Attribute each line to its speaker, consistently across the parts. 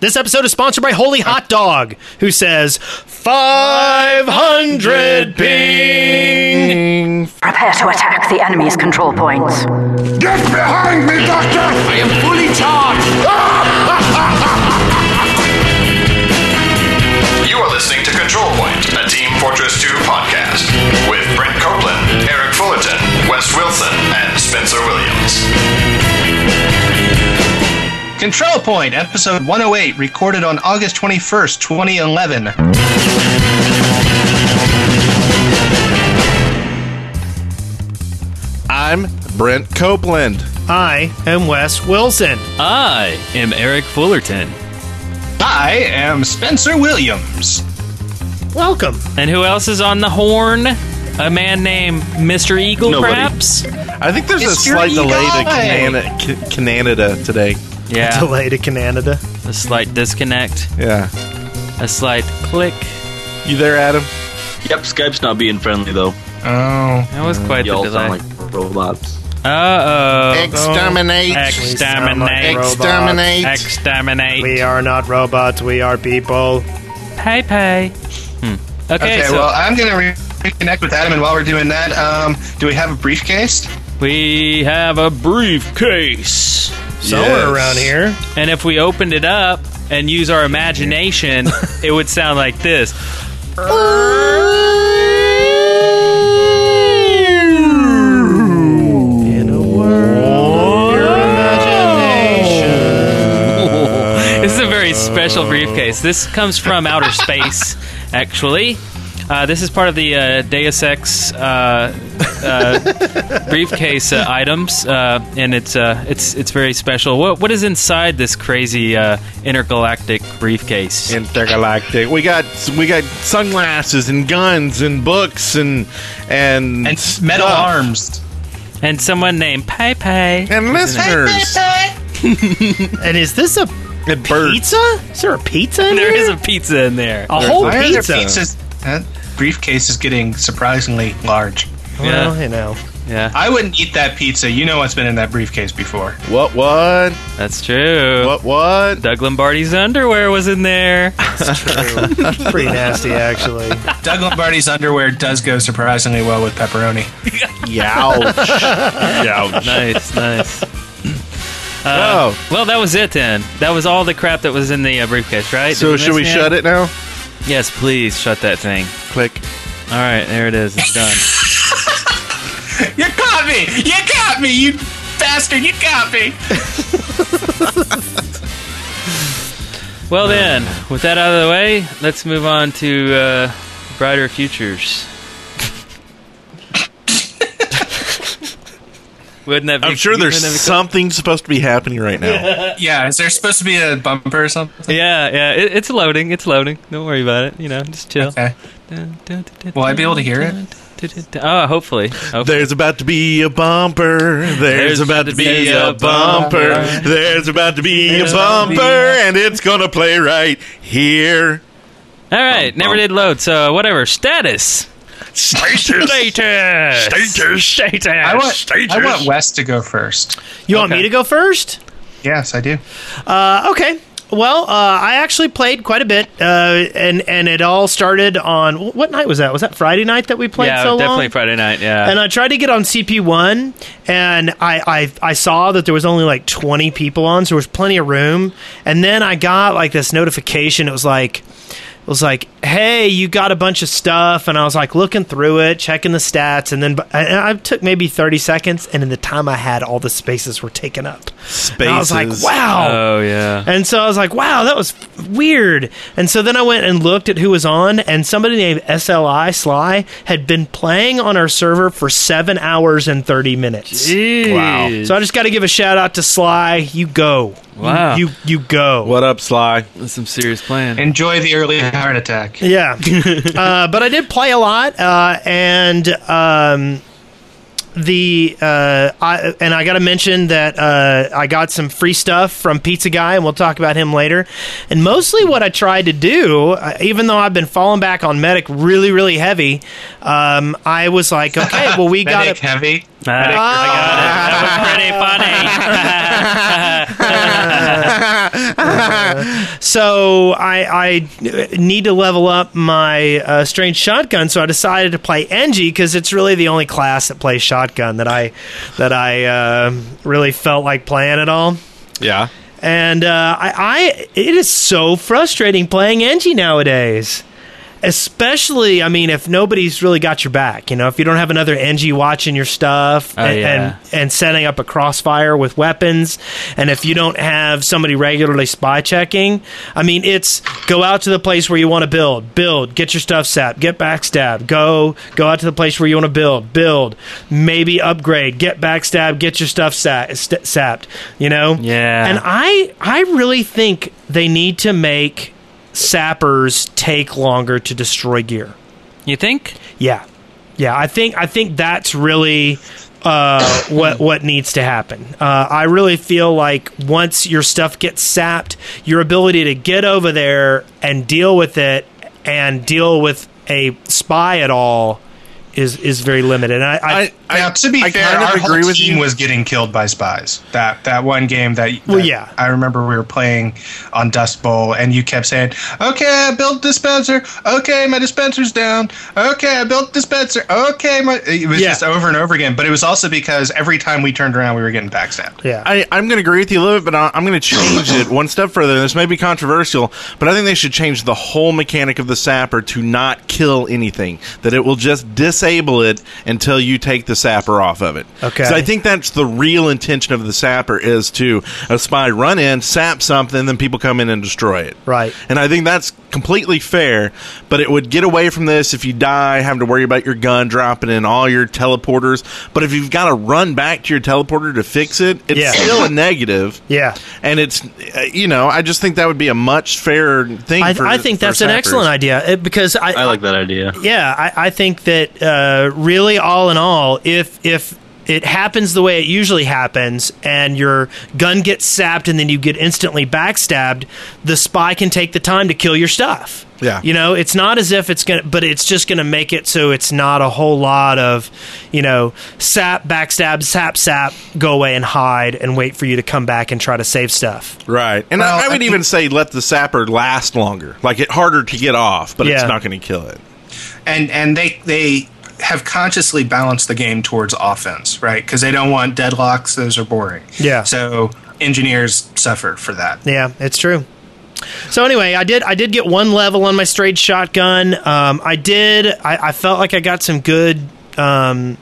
Speaker 1: This episode is sponsored by Holy Hot Dog, who says, 500 ping!
Speaker 2: Prepare to attack the enemy's control points.
Speaker 3: Get behind me, Doctor!
Speaker 4: I am fully charged.
Speaker 5: You are listening to Control Point, a Team Fortress 2 podcast with Brent Copeland, Eric Fullerton, Wes Wilson, and Spencer Williams.
Speaker 6: Control Point, episode 108, recorded on August 21st, 2011.
Speaker 7: I'm Brent Copeland.
Speaker 1: I am Wes Wilson.
Speaker 8: I am Eric Fullerton.
Speaker 6: I am Spencer Williams.
Speaker 1: Welcome.
Speaker 8: And who else is on the horn? A man named Mr. Eagle,
Speaker 7: Nobody.
Speaker 8: perhaps?
Speaker 7: I think there's a
Speaker 6: It's your
Speaker 7: slight delay to
Speaker 6: guy.
Speaker 7: Canada, C- Canada uh, today.
Speaker 8: Yeah.
Speaker 1: Delay to Canada.
Speaker 8: A slight disconnect,
Speaker 7: Yeah.
Speaker 8: a slight click.
Speaker 7: You there, Adam?
Speaker 9: Yep, Skype's not being friendly though.
Speaker 6: Oh.
Speaker 8: That was quite
Speaker 9: Y'all
Speaker 8: the delay.
Speaker 9: sound like robots.
Speaker 8: Uh oh.
Speaker 7: Exterminate.
Speaker 1: Exterminate.
Speaker 8: Exterminate.
Speaker 7: Exterminate.
Speaker 8: Exterminate.
Speaker 1: We are not robots, we are people.
Speaker 8: Pay, pay. Hmm. Okay,
Speaker 6: Okay,
Speaker 8: so
Speaker 6: well, I'm going to re- reconnect with Adam, and while we're doing that, um, do we have a briefcase?
Speaker 8: we have a briefcase.
Speaker 1: Somewhere
Speaker 7: Yes.
Speaker 1: around here.
Speaker 8: And if we opened it up and use our imagination, it would sound like this. This is a very special briefcase. This comes from outer space, actually. Uh, this is part of the uh, Deus Ex uh, uh, briefcase uh, items, uh, and it's uh, it's it's very special. What what is inside this crazy uh, intergalactic briefcase?
Speaker 7: Intergalactic. We got we got sunglasses and guns and books and and
Speaker 6: And metal
Speaker 7: stuff.
Speaker 6: arms.
Speaker 8: And someone named Pai Pai.
Speaker 7: and listeners
Speaker 1: And is this a
Speaker 7: and birds.
Speaker 1: pizza? Is there a pizza in
Speaker 8: There
Speaker 1: here?
Speaker 8: is a pizza in there.
Speaker 1: a whole
Speaker 6: Why are
Speaker 1: pizza.
Speaker 6: there pizzas? That briefcase is getting surprisingly large.
Speaker 1: Well,
Speaker 8: Yeah.
Speaker 1: you know.
Speaker 8: Yeah,
Speaker 6: I wouldn't eat that pizza. You know what's been in that briefcase before.
Speaker 7: What what
Speaker 8: that's true.
Speaker 7: what what?
Speaker 8: Doug Lombardi's underwear was in there.
Speaker 1: Pretty nasty, actually.
Speaker 6: Doug Lombardi's underwear does go surprisingly well with pepperoni.
Speaker 7: Youch.
Speaker 8: nice, nice.
Speaker 7: oh,
Speaker 8: Uh, Well, that was it then. That was all the crap that was in the uh, briefcase, right?
Speaker 7: so should we shut it now?
Speaker 8: Yes, please shut that thing.
Speaker 7: Click.
Speaker 8: All right, there it is. It's done.
Speaker 6: You caught me! You caught me! You bastard! You caught me!
Speaker 8: well then, with that out of the way, let's move on to uh, brighter futures. Wouldn't that be?
Speaker 7: I'm sure there's
Speaker 8: wouldn't that be cool?
Speaker 7: something supposed to be happening right now.
Speaker 6: Yeah, is there supposed to be a bumper or something?
Speaker 8: Yeah, yeah. It, it's loading. It's loading. Don't worry about it. You know, just chill.
Speaker 6: Okay. Will I be able to hear
Speaker 8: it? Oh, hopefully. hopefully.
Speaker 7: There's about to be a bumper. There's, about to be, a, bumper. There's about to be
Speaker 8: There's
Speaker 7: a
Speaker 8: about
Speaker 7: bumper,
Speaker 8: to be
Speaker 7: and it's gonna play right here.
Speaker 8: All right, never did load. So whatever. Status. Status. Status. Status.
Speaker 6: I want, I want Wes to go first.
Speaker 1: You want me
Speaker 8: Okay.
Speaker 1: to go first?
Speaker 6: Yes, I do.
Speaker 1: Uh, okay. Well, uh, I actually played quite a bit, uh, and and it all started on what night was that? Was that Friday night that we played
Speaker 8: yeah,
Speaker 1: so
Speaker 8: definitely
Speaker 1: long?
Speaker 8: Friday night. Yeah.
Speaker 1: and I tried to get on CP1, and I, I I saw that there was only like 20 people on, so there was plenty of room. And then I got like this notification. It was like it was like, hey, you got a bunch of stuff, and I was like looking through it, checking the stats, and then bu- and I took maybe 30 seconds, and in the time I had, all the spaces were taken up. And I was like,
Speaker 7: Spaces.
Speaker 1: wow.
Speaker 8: oh yeah.
Speaker 1: And so I was like, wow, that was weird. And so then I went and looked at who was on, and somebody named SLI Sly had been playing on our server for seven hours and 30 minutes.
Speaker 8: Wow.
Speaker 1: So I just got to give a shout out to Sly. You go.
Speaker 8: Wow.
Speaker 1: You, you, you go.
Speaker 7: What up, Sly?
Speaker 8: Oh. That's some serious playing.
Speaker 6: Enjoy the early heart attack.
Speaker 1: Yeah. uh, but I did play a lot, uh, and um, the uh, I, and I got to mention that uh, I got some free stuff from Pizza Guy, and we'll talk about him later. And mostly, what I tried to do, uh, even though I've been falling back on Medic really, really heavy, um, I was like, okay, well, we got
Speaker 6: Medic
Speaker 1: to.
Speaker 6: heavy.
Speaker 8: I got it. That was pretty funny.
Speaker 1: so I, I need to level up my uh, strange shotgun. So I decided to play Engie because it's really the only class that plays shotgun that I that I uh, really felt like playing at all.
Speaker 7: Yeah.
Speaker 1: And uh, I, I, it is so frustrating playing Engie nowadays. Especially, I mean, if nobody's really got your back, you know, if you don't have another NG watching your stuff
Speaker 8: Oh,
Speaker 1: and,
Speaker 8: yeah.
Speaker 1: and and setting up a crossfire with weapons, and if you don't have somebody regularly spy checking, I mean, it's go out to the place where you want to build, build, get your stuff set, get backstab, go, go out to the place where you want to build, build, maybe upgrade, get backstab, get your stuff set, st- sapped, you know,
Speaker 8: Yeah.
Speaker 1: and I I really think they need to make sappers take longer to destroy gear.
Speaker 8: You think?
Speaker 1: Yeah. Yeah, I think I think that's really uh, what what needs to happen. Uh, I really feel like once your stuff gets sapped, your ability to get over there and deal with it and deal with a spy at all is is very limited. And I, I,
Speaker 7: I, I
Speaker 6: Now, to be
Speaker 7: I
Speaker 6: fair,
Speaker 7: kind of
Speaker 6: our whole
Speaker 7: agree with
Speaker 6: team
Speaker 7: you.
Speaker 6: was getting killed by spies. That that one game that,
Speaker 1: Well,
Speaker 6: that
Speaker 1: yeah.
Speaker 6: I remember we were playing on Dust Bowl, and you kept saying, "Okay, I built dispenser. Okay, my dispenser's down. Okay, I built dispenser. Okay, my." It was
Speaker 1: Yeah.
Speaker 6: just over and over again. But it was also because every time we turned around, we were getting backstabbed.
Speaker 1: yeah.
Speaker 7: I, I'm going to agree with you a little bit, but I- I'm going to change it one step further. This may be controversial, but I think they should change the whole mechanic of the sapper to not kill anything, that it will just disable it until you take the sapper off of it.
Speaker 1: Okay.
Speaker 7: 'Cause I think that's the real intention of the sapper is to a spy run in, sap something, then people come in and destroy it.
Speaker 1: Right.
Speaker 7: And I think that's completely fair, but it would get away from this if you die, having to worry about your gun dropping in all your teleporters. But if you've got to run back to your teleporter to fix it, it's
Speaker 1: Yeah.
Speaker 7: still a negative.
Speaker 1: Yeah.
Speaker 7: And it's, uh, you know, I just think that would be a much fairer thing.
Speaker 1: I,
Speaker 7: for,
Speaker 1: I think
Speaker 7: for
Speaker 1: that's an
Speaker 7: sappers.
Speaker 1: excellent idea it, because I,
Speaker 9: I like that idea.
Speaker 1: yeah, I, I think that uh, really, all in all, if if it happens the way it usually happens, and your gun gets sapped, and then you get instantly backstabbed, the spy can take the time to kill your stuff.
Speaker 7: Yeah.
Speaker 1: you know, it's not as if it's gonna, but it's just gonna make it so it's not a whole lot of, you know, sap, backstab, sap, sap, go away and hide and wait for you to come back and try to save stuff.
Speaker 7: Right. And
Speaker 6: Well,
Speaker 7: I, I
Speaker 6: I
Speaker 7: would
Speaker 6: think-
Speaker 7: even say let the sapper last longer. Like it harder to get off, but
Speaker 1: Yeah.
Speaker 7: it's not going to kill it.
Speaker 6: and and they they have consciously balanced the game towards offense, right? Because they don't want deadlocks; those are boring.
Speaker 1: Yeah.
Speaker 6: So engineers suffer for that.
Speaker 1: Yeah, it's true. So anyway, I did I did get one level on my straight shotgun. Um, I did I, I felt like I got some good um,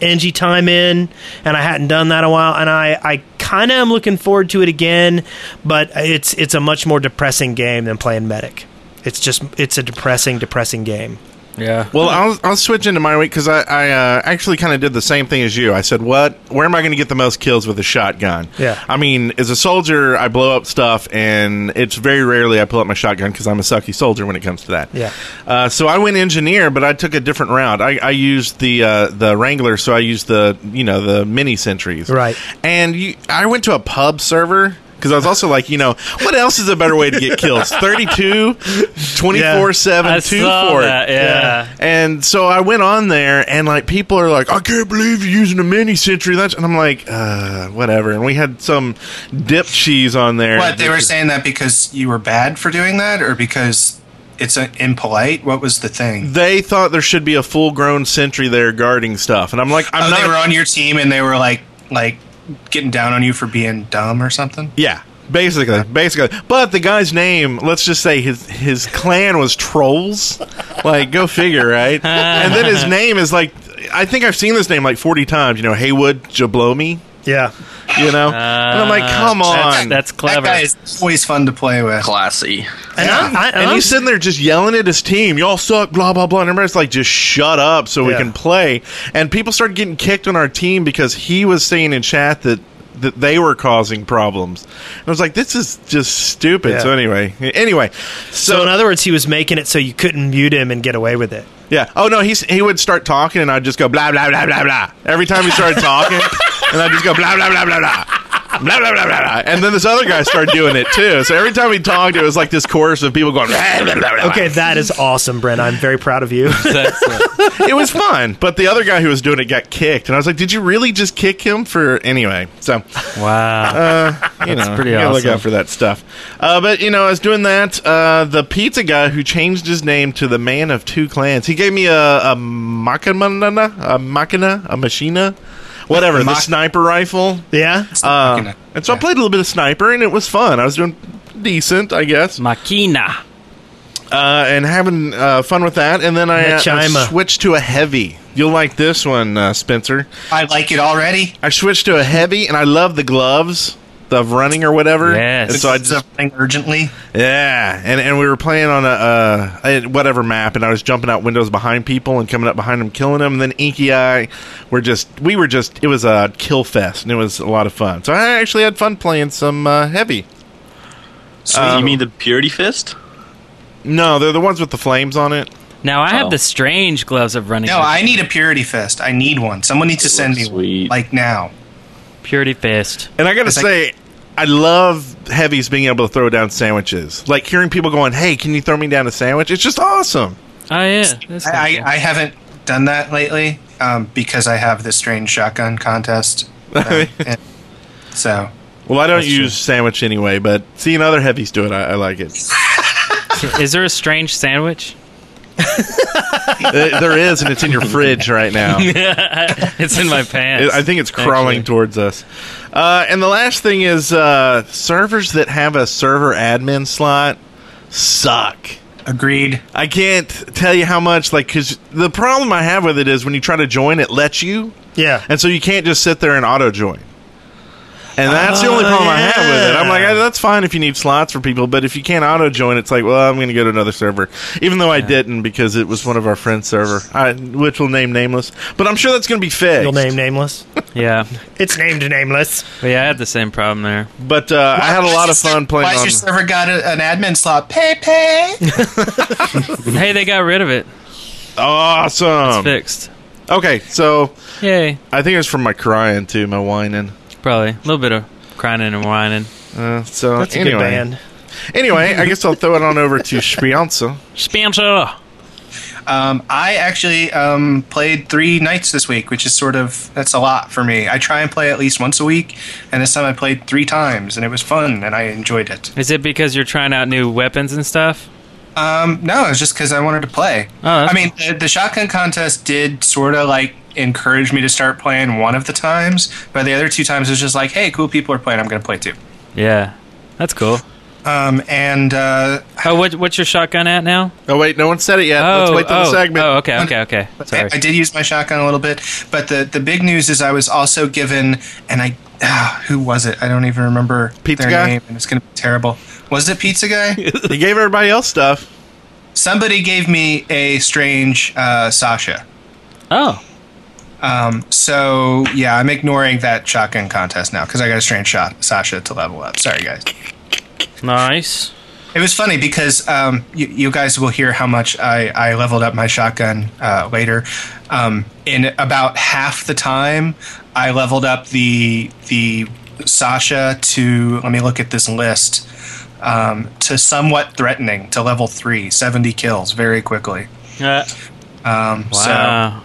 Speaker 1: NG time in, and I hadn't done that a while, and I I kind of am looking forward to it again, but it's it's a much more depressing game than playing Medic. It's just it's a depressing depressing game.
Speaker 8: Yeah.
Speaker 7: Well, I'll, I'll switch into my week because I, I uh, actually kind of did the same thing as you. I said, "What? Where am I going to get the most kills with a shotgun?"
Speaker 1: Yeah.
Speaker 7: I mean, as a soldier, I blow up stuff, and it's very rarely I pull out my shotgun because I'm a sucky soldier when it comes to that.
Speaker 1: Yeah.
Speaker 7: Uh, so I went engineer, but I took a different route. I, I used the uh, the Wrangler, so I used the you know the mini sentries.
Speaker 1: Right.
Speaker 7: And you, I went to a pub server. Because I was also like, you know, what else is a better way to get kills? 32, 24
Speaker 8: I
Speaker 7: 7, 2
Speaker 8: saw
Speaker 7: for it.
Speaker 8: that. Yeah.
Speaker 7: And so I went on there, and like people are like, "I can't believe you're using a mini century." That's and I'm like, uh, whatever. And we had some dip cheese on there.
Speaker 6: But they were saying that because you were bad for doing that, or because it's uh impolite. What was the thing?
Speaker 7: They thought there should be a full grown sentry there guarding stuff, and I'm like, I'm
Speaker 6: Oh,
Speaker 7: not.
Speaker 6: they were on your team, and they were like like getting down on you for being dumb or something.
Speaker 7: Yeah, basically, basically. But the guy's name, let's just say his his clan was trolls. Like, go figure, right? and then his name is like, I think I've seen this name like 40 times. You know, Haywood Jablomi.
Speaker 1: Yeah,
Speaker 7: You know, and I'm like, come
Speaker 8: Uh, That's,
Speaker 7: on.
Speaker 8: that's clever.
Speaker 6: That guy is always fun to play with.
Speaker 9: Classy.
Speaker 1: and, I, I, and
Speaker 7: and
Speaker 1: I'm-
Speaker 7: he's sitting there just yelling at his team, "Y'all suck," blah blah blah. And everybody's like, "Just shut up, so we
Speaker 1: Yeah.
Speaker 7: can play." And people started getting kicked on our team because he was saying in chat that that they were causing problems. And I was like, "This is just stupid."
Speaker 1: Yeah.
Speaker 7: So anyway, anyway, so,
Speaker 1: so in other words, he was making it so you couldn't mute him and get away with it.
Speaker 7: yeah. Oh no, he's he would start talking, and I'd just go blah blah blah blah blah every time he started talking, and I'd just go blah blah blah blah blah. blah, blah, blah, blah, blah. And then this other guy started doing it too. So every time he talked, it was like this chorus of people going. "Blah, blah, blah, blah."
Speaker 1: Okay, that is awesome, Brent. I'm very proud of you.
Speaker 8: That's it.
Speaker 7: it was fun, but the other guy who was doing it got kicked, and I was like, "Did you really just kick him for anyway?" So uh,
Speaker 8: Wow.
Speaker 7: you know,
Speaker 8: pretty
Speaker 7: you gotta look
Speaker 8: awesome.
Speaker 7: out for that stuff. Uh, but you know, I was doing that. Uh, the pizza guy who changed his name to the Man of Two Clans. He gave me a, a machina, a machina, a machina, whatever. the
Speaker 6: Mach-
Speaker 7: sniper rifle.
Speaker 1: yeah.
Speaker 7: Uh, and so I played a little bit of sniper, and it was fun. I was doing decent, I guess, uh,
Speaker 8: Makina.
Speaker 7: and having uh, fun with that. And then I, uh, I
Speaker 1: Machima.
Speaker 7: switched to a heavy. You'll like this one, uh, Spencer.
Speaker 6: I like it already.
Speaker 7: I switched to a heavy, and I love the gloves. Of running or whatever,
Speaker 8: Yes.
Speaker 7: And so I
Speaker 6: It's something urgently.
Speaker 7: Yeah, and and we were playing on a, uh, a whatever map, and I was jumping out windows behind people and coming up behind them, killing them. And then Inky Eye, we're just we were just it was a kill fest, and it was a lot of fun. So I actually had fun playing some uh, heavy.
Speaker 8: Um,
Speaker 9: you mean the Purity Fist?
Speaker 7: No, they're the ones with the flames on it.
Speaker 8: Now I have
Speaker 9: Oh.
Speaker 8: the strange gloves of running.
Speaker 6: No,
Speaker 8: with
Speaker 6: I need a purity fist. I need one. Someone needs to send me
Speaker 9: looks
Speaker 6: one.
Speaker 9: sweet.
Speaker 6: Like now.
Speaker 8: purity fist.
Speaker 7: And I gotta
Speaker 6: like-
Speaker 7: say, I love heavies being able to throw down sandwiches. Like hearing people going, "Hey, can you throw me down a sandwich?" It's just awesome.
Speaker 8: Oh yeah. That's
Speaker 6: I,
Speaker 8: cool.
Speaker 6: I, I haven't done that lately um, because I have this strange shotgun contest. Um, and- so
Speaker 7: Well, I don't use sandwich anyway, but seeing other heavies do it, I, I like it.
Speaker 8: Is there a strange sandwich?
Speaker 7: Uh, there is, and it's in your fridge right now.
Speaker 8: It's in my pants.
Speaker 7: It- I think it's crawling
Speaker 8: actually.
Speaker 7: towards us. Uh, and the last thing is uh, servers that have a server admin slot suck.
Speaker 6: agreed.
Speaker 7: I can't tell you how much, like, because the problem I have with it is when you try to join, it lets you,
Speaker 1: Yeah.
Speaker 7: and so you can't just sit there and auto join. And that's the only problem I have with it. I'm like,
Speaker 1: Oh, yeah.
Speaker 7: "Eh, that's fine if you need slots for people, but if you can't auto join, it's like, well, I'm going to go to another server. Even though I didn't because it was one of our friends' server, I, which will name nameless. But I'm sure that's going to be fixed.
Speaker 1: You'll name nameless.
Speaker 8: Yeah.
Speaker 1: It's named nameless.
Speaker 8: But yeah, I had the same problem there.
Speaker 7: But uh, I had a lot of fun playing
Speaker 6: Why's
Speaker 7: on.
Speaker 6: your server got a, an admin slot? Pay pay.
Speaker 8: Hey, they got rid of it.
Speaker 7: Awesome.
Speaker 8: Fixed.
Speaker 7: Okay, so
Speaker 8: Yay.
Speaker 7: I think it was from my crying too, my whining.
Speaker 8: Probably a little bit of crying and whining.
Speaker 7: Uh, so
Speaker 1: That's a
Speaker 7: anyway,
Speaker 1: good band.
Speaker 7: anyway, I guess I'll throw it on over to Spianza.
Speaker 8: Spencer.
Speaker 6: Um, I actually um, played three nights this week, which is sort of that's a lot for me. I try and play at least once a week, and this time I played three times, and it was fun, and I enjoyed it.
Speaker 8: Is it because you're trying out new weapons and stuff?
Speaker 6: Um, no, it's just because I wanted to play.
Speaker 8: Oh, that's
Speaker 6: I mean, the, the shotgun contest did sort of like encourage me to start playing one of the times, but the other two times it was just like, hey, cool people are playing, I'm going to play too.
Speaker 8: Yeah. That's cool.
Speaker 6: Um, and uh,
Speaker 8: Oh, what, what's your shotgun at now?
Speaker 7: Oh wait, no one said it yet.
Speaker 8: Oh,
Speaker 7: Let's wait till
Speaker 8: oh,
Speaker 7: the segment.
Speaker 8: Oh, okay, okay, okay. Sorry.
Speaker 6: I, I did use my shotgun a little bit, but the the big news is I was also given, and I ah, who was it? I don't even remember
Speaker 7: Pizza
Speaker 6: their
Speaker 7: guy?
Speaker 6: name, and it's gonna be terrible. Was it Pizza Guy?
Speaker 7: He gave everybody else stuff.
Speaker 6: Somebody gave me a strange uh, Sasha. Um,
Speaker 8: Oh,
Speaker 6: So yeah, I'm ignoring that shotgun contest now because I got a strange shot Sasha to level up. Sorry guys.
Speaker 8: nice.
Speaker 6: It was funny because um, you, you guys will hear how much I, I leveled up my shotgun uh, later. Um, in about half the time, I leveled up the the Sasha to let me look at this list um, to somewhat threatening to level three, 70 kills very quickly.
Speaker 8: Uh,
Speaker 6: Um, So
Speaker 8: wow.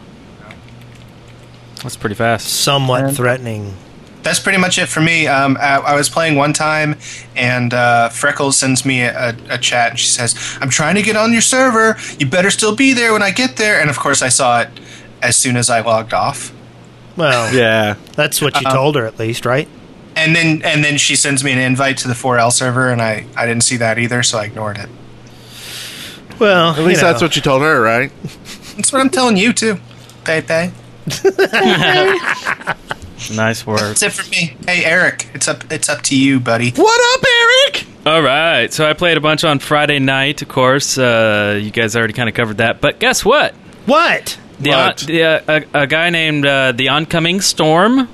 Speaker 8: That's pretty fast.
Speaker 1: Somewhat threatening.
Speaker 6: that's pretty much it for me. Um, I, I was playing one time, and uh, Freckles sends me a, a, a chat, and she says, "I'm trying to get on your server. You better still be there when I get there." And of course, I saw it as soon as I logged off.
Speaker 1: Well,
Speaker 7: Yeah.
Speaker 1: that's what you told her, at least, right?
Speaker 6: Um, And then, and then she sends me an invite to the 4L server, and I, I didn't see that either, so I ignored it.
Speaker 1: Well,
Speaker 7: At least that's what you told her, right?
Speaker 6: That's what I'm telling you too. Pay pay.
Speaker 8: Nice work.
Speaker 6: That's it for me. Hey Eric, it's up it's up to you, buddy.
Speaker 7: What up, Eric?
Speaker 8: All right. So I played a bunch on Friday night, of course. Uh, you guys already kind of covered that. But guess what?
Speaker 1: what.
Speaker 8: The,
Speaker 7: What?
Speaker 8: the, uh, a, a guy named uh, The Oncoming Storm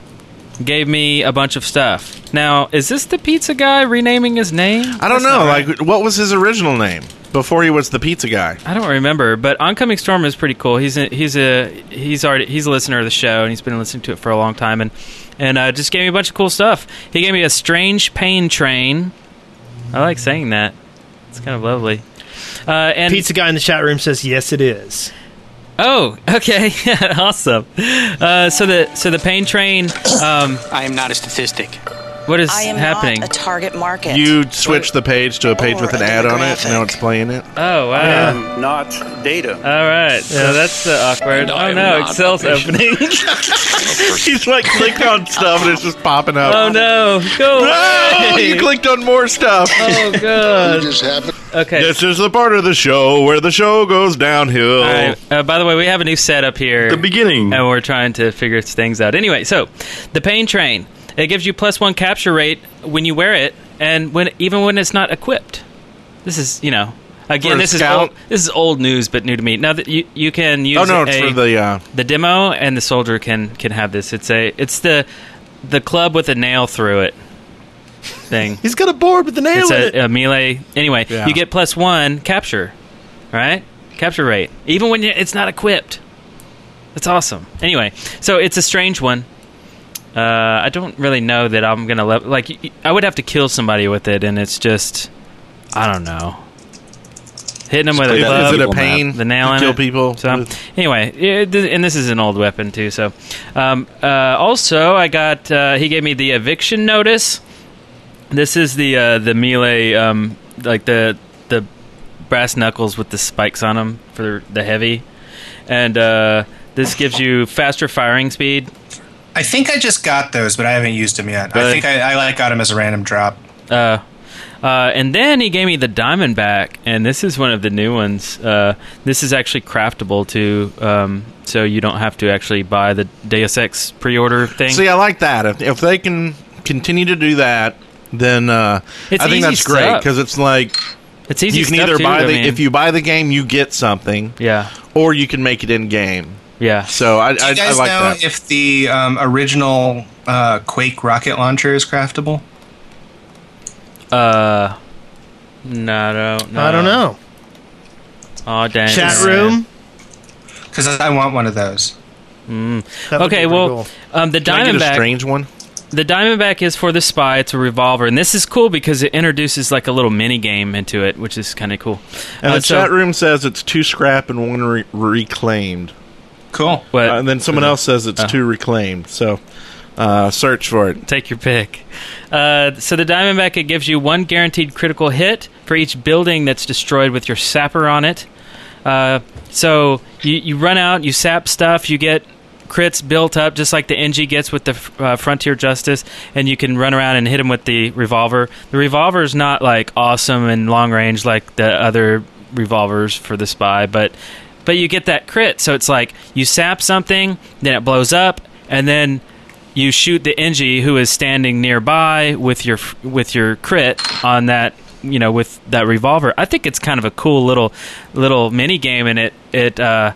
Speaker 8: gave me a bunch of stuff. Now, is this the pizza guy renaming his name?
Speaker 7: I don't know. Like, what was his original name before he was the pizza guy?
Speaker 8: I don't remember, but Oncoming Storm is pretty cool. He's a, he's a he's already he's a listener of the show, and he's been listening to it for a long time, and and uh, just gave me a bunch of cool stuff. He gave me a Strange Pain Train. I like saying that. It's kind of lovely. Uh, and
Speaker 1: Pizza guy in the chat room says yes, it is.
Speaker 8: Oh, okay, awesome. Uh, so the so the pain train. Um,
Speaker 4: I am not a statistic.
Speaker 8: what is
Speaker 10: I am
Speaker 8: happening?
Speaker 10: not a target market.
Speaker 7: You switched the page to a page with an ad on it. Now it's playing it.
Speaker 8: oh wow!
Speaker 4: Not data.
Speaker 8: All right, so that's uh, awkward.
Speaker 9: I
Speaker 8: Oh
Speaker 9: am
Speaker 8: no,
Speaker 9: not
Speaker 8: Excel's
Speaker 9: a patient.
Speaker 8: opening.
Speaker 7: He's like clicked on stuff and it's just popping up.
Speaker 8: oh no, go
Speaker 7: No,
Speaker 8: away.
Speaker 7: you clicked on more stuff.
Speaker 8: Oh god. Okay.
Speaker 7: This is the part of the show where the show goes downhill.
Speaker 8: All right. Uh, by the way, we have a new setup here.
Speaker 9: The beginning.
Speaker 8: and we're trying to figure things out. Anyway, so the pain train it gives you plus one capture rate when you wear it, and when even when it's not equipped. This is you know
Speaker 7: For
Speaker 8: again
Speaker 7: a
Speaker 8: this
Speaker 7: scout?
Speaker 8: is old this is old news but new to me. Now that you you can use
Speaker 7: Oh no, it's
Speaker 8: a-
Speaker 7: for the uh,
Speaker 8: the demo and the soldier can can have this. It's a it's the the club with a nail through it thing.
Speaker 1: He's got a board with the nail
Speaker 8: It's
Speaker 1: in it.
Speaker 8: a, a melee. Anyway,
Speaker 7: Yeah.
Speaker 8: you get plus one capture, right? Capture rate, even when you, it's not equipped. That's awesome. Anyway, so it's a strange one. Uh, I don't really know that I'm gonna love. Like, y- y- I would have to kill somebody with it, and it's just, I don't know, hitting them with a
Speaker 7: is,
Speaker 8: club.
Speaker 7: is it a pain?
Speaker 8: The nail
Speaker 7: to
Speaker 8: in
Speaker 7: kill
Speaker 8: it.
Speaker 7: people.
Speaker 8: So anyway, it, th- and this is an old weapon too. So um, uh, also, I got uh, he gave me the eviction notice. This is the uh, the melee um, like the the brass knuckles with the spikes on them for the heavy, and uh, this gives you faster firing speed.
Speaker 6: I think I just got those, but I haven't used them yet. I
Speaker 8: Really?
Speaker 6: think I, I like got them as a random drop.
Speaker 8: Uh, uh, and then he gave me the Diamondback, and this is one of the new ones. Uh, this is actually craftable too, um, so you don't have to actually buy the Deus Ex pre-order thing.
Speaker 7: See, I like that. If, if they can continue to do that, then uh,
Speaker 8: It's
Speaker 7: I think
Speaker 8: easy
Speaker 7: that's great
Speaker 8: stuff.
Speaker 7: because it's like
Speaker 8: It's easy.
Speaker 7: you can
Speaker 8: stuff,
Speaker 7: either
Speaker 8: too,
Speaker 7: buy
Speaker 8: I
Speaker 7: the
Speaker 8: mean.
Speaker 7: if you buy the game, you get something,
Speaker 8: Yeah,
Speaker 7: or you can make it in game.
Speaker 8: yeah.
Speaker 7: So I, I,
Speaker 6: Do you
Speaker 7: I
Speaker 6: guys
Speaker 7: like
Speaker 6: know
Speaker 7: that.
Speaker 6: if the um, original uh, Quake rocket launcher is craftable?
Speaker 8: Uh, no, no, no.
Speaker 1: I don't know.
Speaker 8: Oh, dang.
Speaker 1: Chat room.
Speaker 6: Because I want one of those.
Speaker 1: That would be
Speaker 8: Hmm. Okay,
Speaker 1: pretty
Speaker 8: well,
Speaker 1: cool.
Speaker 8: um, the
Speaker 7: Can I get a
Speaker 8: Diamondback.
Speaker 7: strange one?
Speaker 8: The Diamondback is for the spy. It's a revolver, and this is cool because it introduces like a little mini game into it, which is kind of cool.
Speaker 7: And
Speaker 8: Uh,
Speaker 7: the
Speaker 8: so-
Speaker 7: chat room says it's two scrap and one re- reclaimed,
Speaker 6: Cool.
Speaker 8: What?
Speaker 7: Uh, and then someone else says it's two reclaimed. So uh, search for it.
Speaker 8: Take your pick. Uh, so the Diamondback it gives you one guaranteed critical hit for each building that's destroyed with your sapper on it. Uh, so you, you run out, you sap stuff, you get crits built up just like the NG gets with the f- uh, Frontier Justice, and you can run around and hit them with the revolver. The revolver is not like awesome and long range like the other revolvers for the spy, but but you get that crit. So it's like you sap something, then it blows up, and then you shoot the NG who is standing nearby with your with your crit on that you know with that revolver. I think it's kind of a cool little little mini game, and it it uh,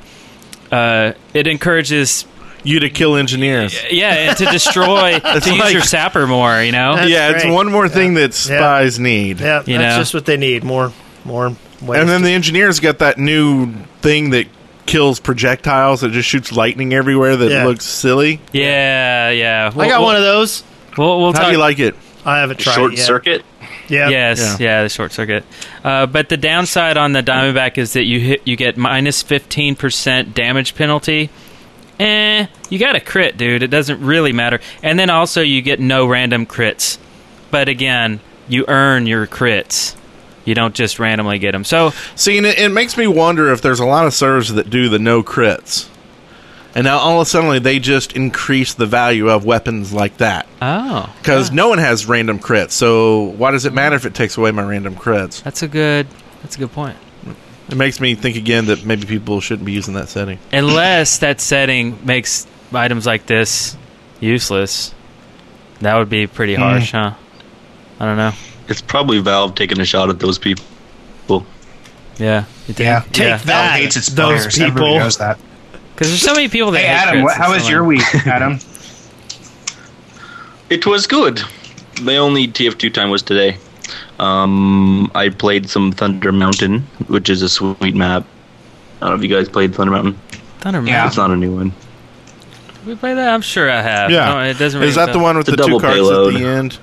Speaker 8: uh, it encourages
Speaker 7: You to kill engineers.
Speaker 8: yeah and to destroy to use
Speaker 7: like-
Speaker 8: your sapper more. You know,
Speaker 1: That's
Speaker 7: yeah, it's
Speaker 1: great.
Speaker 7: one more thing that spies need.
Speaker 1: Yeah, that's
Speaker 8: You know.
Speaker 1: just what they need. More, more. Ways
Speaker 7: And then
Speaker 1: to-
Speaker 7: the engineers got that new thing that kills projectiles that just shoots lightning everywhere that
Speaker 1: Yeah.
Speaker 7: looks silly.
Speaker 8: yeah, yeah.
Speaker 1: I got one of those.
Speaker 8: the- we'll, we'll
Speaker 7: How
Speaker 8: talk-
Speaker 7: do you like it?
Speaker 1: I haven't tried
Speaker 9: Short
Speaker 1: it yet.
Speaker 9: circuit.
Speaker 1: Yeah,
Speaker 8: Yes, yeah. the short circuit. Uh, but the downside on the Diamondback is that you hit, you get minus fifteen percent damage penalty. Eh, you got a crit, dude. It doesn't really matter. And then also you get no random crits. But again, you earn your crits. You don't just randomly get them. So
Speaker 7: See, and it, it makes me wonder if there's a lot of servers that do the no crits. And now all of a sudden they just increase the value of weapons like that.
Speaker 8: oh,
Speaker 7: Because no one has random crits, so why does it matter if it takes away my random crits?
Speaker 8: that's a good that's a good point.
Speaker 7: It makes me think again that maybe people shouldn't be using that setting.
Speaker 8: Unless that setting makes items like this useless, that would be
Speaker 7: Hmm.
Speaker 8: pretty harsh, huh? I don't know.
Speaker 9: It's probably Valve taking a shot at those people.
Speaker 8: Yeah. You think?
Speaker 6: Yeah.
Speaker 1: Take
Speaker 8: Yeah.
Speaker 1: that.
Speaker 6: Valve hates its
Speaker 1: those
Speaker 6: players. Everybody
Speaker 1: people.
Speaker 6: knows that.
Speaker 8: Because there's so many people that.
Speaker 6: Hey,
Speaker 8: hate
Speaker 6: Adam,
Speaker 8: Chris,
Speaker 6: what, how
Speaker 8: it's
Speaker 6: was
Speaker 8: so
Speaker 6: your
Speaker 8: annoying.
Speaker 6: week, Adam?
Speaker 9: It was good. My only TF2 time was today. Um, I played some Thunder Mountain, which is a sweet map. I don't know if you guys played Thunder Mountain.
Speaker 8: Thunder Mountain.
Speaker 6: Yeah.
Speaker 9: It's not a new one.
Speaker 8: Did we play that? I'm sure I have.
Speaker 7: Yeah,
Speaker 8: No, Oh, it doesn't. Really
Speaker 7: Is that the one with
Speaker 9: The
Speaker 7: the, two
Speaker 9: double
Speaker 7: carts
Speaker 9: payload.
Speaker 7: at the end?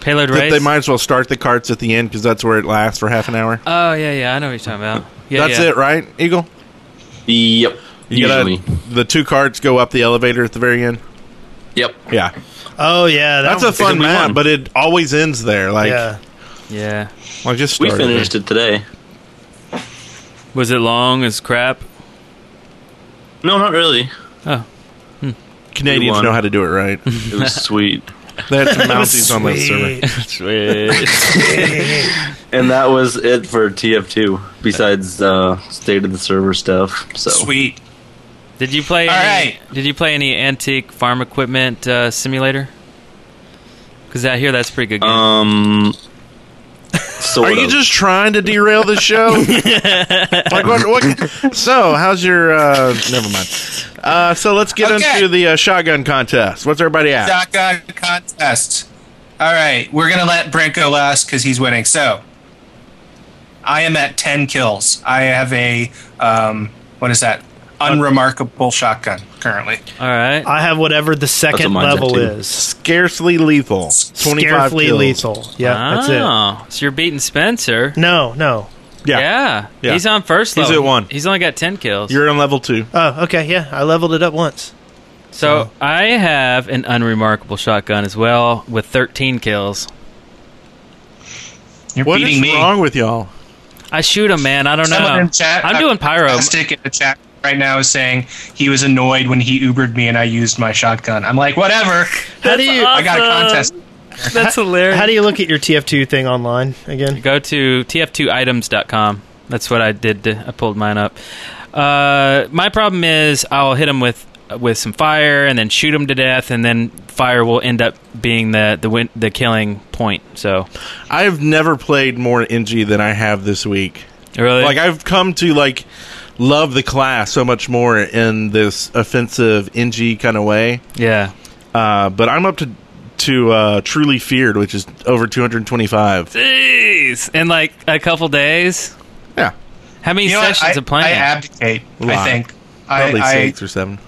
Speaker 8: Payload
Speaker 7: That
Speaker 8: race.
Speaker 7: they might as well start the carts at the end because that's where it lasts for half an hour.
Speaker 8: Oh yeah, yeah. I know what you're talking about. Yeah,
Speaker 7: that's
Speaker 8: yeah.
Speaker 7: it, right, Eagle?
Speaker 9: Yep.
Speaker 7: You gotta-
Speaker 9: Usually.
Speaker 7: the two carts go up the elevator at the very end.
Speaker 9: Yep.
Speaker 7: Yeah,
Speaker 1: Oh yeah, that
Speaker 7: that's a
Speaker 1: one-
Speaker 7: fun
Speaker 9: be
Speaker 7: map,
Speaker 9: fun.
Speaker 7: but it always ends there. Like,
Speaker 1: yeah.
Speaker 8: Yeah.
Speaker 7: like just
Speaker 9: We
Speaker 7: start it.
Speaker 9: finished it today.
Speaker 8: Was it long as crap?
Speaker 9: No, not really. We
Speaker 7: Oh. Hmm. Canadians
Speaker 9: won.
Speaker 7: know how to do it right.
Speaker 9: It was sweet.
Speaker 7: They had some mounties on that server.
Speaker 1: Sweet.
Speaker 9: And that was it for TF2, besides uh, state of the server stuff. So
Speaker 6: Sweet.
Speaker 8: Did you play?
Speaker 6: All
Speaker 8: any,
Speaker 6: right.
Speaker 8: Did you play any antique farm equipment uh, simulator? Because I hear that's a pretty good. Game.
Speaker 9: Um. Sort
Speaker 7: Are you
Speaker 9: of.
Speaker 7: just trying to derail the show? like what, what? So, how's your? uh Never mind. Uh, so let's get
Speaker 6: Okay.
Speaker 7: into the uh, shotgun contest. What's everybody at?
Speaker 6: Shotgun contest. All right, we're gonna let Brent go last because he's winning. So I am at ten kills. I have a um, what is that? Unremarkable shotgun currently.
Speaker 8: All right.
Speaker 1: I have whatever the second
Speaker 9: mine's at,
Speaker 1: level
Speaker 9: too.
Speaker 1: is.
Speaker 7: Scarcely lethal. Twenty-five
Speaker 1: Scarcely
Speaker 7: kills.
Speaker 1: lethal. Yeah, that's
Speaker 8: it. Oh, So you're beating Spencer.
Speaker 1: it. No, no.
Speaker 7: Yeah.
Speaker 8: Yeah.
Speaker 7: Yeah.
Speaker 8: He's on first
Speaker 7: He's
Speaker 8: level.
Speaker 7: at one.
Speaker 8: He's only got 10 kills.
Speaker 7: You're on level two.
Speaker 1: Oh, okay. Yeah, I leveled it up once.
Speaker 8: so I have an unremarkable shotgun as well with 13 kills.
Speaker 6: You're
Speaker 7: What
Speaker 6: beating
Speaker 7: is
Speaker 6: me.
Speaker 7: wrong with y'all?
Speaker 8: I shoot him, man. I don't know.
Speaker 6: Someone in chat-
Speaker 8: I'm doing pyro.
Speaker 6: Fantastic in the chat right now is saying he was annoyed when he Ubered me and I used my shotgun. I'm like, whatever.
Speaker 1: How do you
Speaker 6: I got a contest.
Speaker 8: That's hilarious.
Speaker 1: how do you look at your TF2 thing online again?
Speaker 8: Go to tf2items.com. That's what I did. To, I pulled mine up. Uh, my problem is I'll hit him with with some fire and then shoot him to death, and then fire will end up being the the win- the killing point. So
Speaker 7: I've never played more NG than I have this week.
Speaker 8: really,
Speaker 7: Like I've come to like love the class so much more in this offensive NG kind of way.
Speaker 8: yeah.
Speaker 7: Uh, but I'm up to to uh, truly feared, which is over 225.
Speaker 8: Jeez. In like a couple days.
Speaker 7: Yeah,
Speaker 8: How many
Speaker 6: You know what?
Speaker 8: sessions
Speaker 6: I,
Speaker 8: of playing?
Speaker 6: I abdicate.
Speaker 7: Wow.
Speaker 6: I think.
Speaker 7: probably
Speaker 6: I,
Speaker 7: six or seven.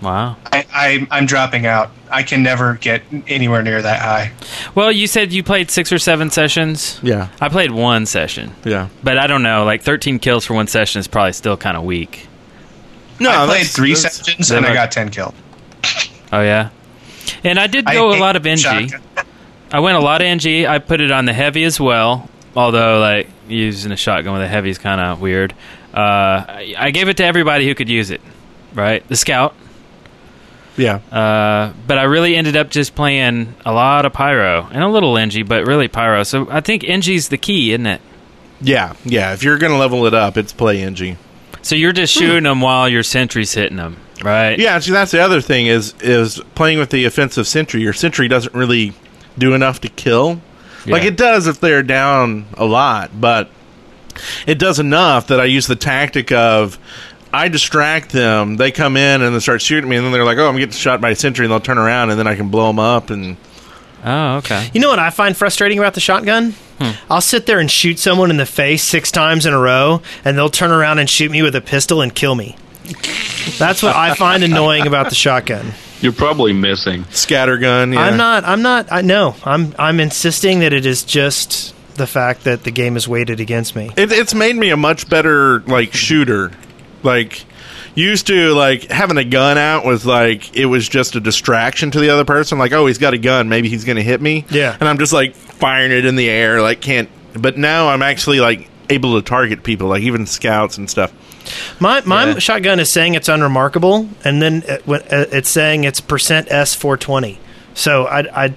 Speaker 8: wow.
Speaker 6: I, I, I, I'm dropping out. I can never get anywhere near that high.
Speaker 8: Well, you said you played six or seven sessions.
Speaker 7: Yeah,
Speaker 8: I played one session,
Speaker 7: yeah.
Speaker 8: but I don't know. Like 13 kills for one session is probably still kind of weak.
Speaker 7: No,
Speaker 6: I played
Speaker 7: that's-
Speaker 6: three
Speaker 7: that's-
Speaker 6: sessions and I
Speaker 7: that's-
Speaker 6: got ten killed.
Speaker 8: Oh yeah. And I did
Speaker 6: I
Speaker 8: go a
Speaker 6: hate
Speaker 8: lot of NG.
Speaker 6: shotgun.
Speaker 8: I went a lot of NG. I put it on the heavy as well. Although like using a shotgun with a heavy is kind of weird. Uh, I, I gave it to everybody who could use it. Right, the scout.
Speaker 7: Yeah,
Speaker 8: Uh, but I really ended up just playing a lot of pyro and a little NG, but really pyro. So I think NG's the key, isn't it?
Speaker 7: yeah, yeah. If you're gonna level it up, it's play NG.
Speaker 8: So you're just shooting them while your sentry's hitting them, right?
Speaker 7: Yeah, see, that's the other thing is is playing with the offensive sentry. Your sentry doesn't really do enough to kill. Like
Speaker 8: Yeah.
Speaker 7: it does if they're down a lot, but it does enough that I use the tactic of I distract them. They come in and they start shooting me, and then they're like, "Oh, I'm getting shot by a sentry," and they'll turn around, and then I can blow them up. And
Speaker 8: Oh, okay.
Speaker 1: You know what I find frustrating about the shotgun?
Speaker 8: Hmm.
Speaker 1: I'll sit there and shoot someone in the face six times in a row, and they'll turn around and shoot me with a pistol and kill me. That's what I find annoying about the shotgun.
Speaker 9: You're probably missing.
Speaker 7: scattergun. Yeah.
Speaker 1: I'm not. I'm not. I no. I'm. I'm insisting that it is just the fact that the game is weighted against me.
Speaker 7: it, it's made me a much better like shooter like used to like having a gun out was like it was just a distraction to the other person like oh he's got a gun maybe he's gonna hit me
Speaker 1: Yeah.
Speaker 7: and i'm just like firing it in the air like can't but now i'm actually like able to target people like even scouts and stuff
Speaker 1: My my
Speaker 7: Yeah.
Speaker 1: shotgun is saying it's unremarkable, and then it, when- uh, it's saying it's percent S four twenty. So I I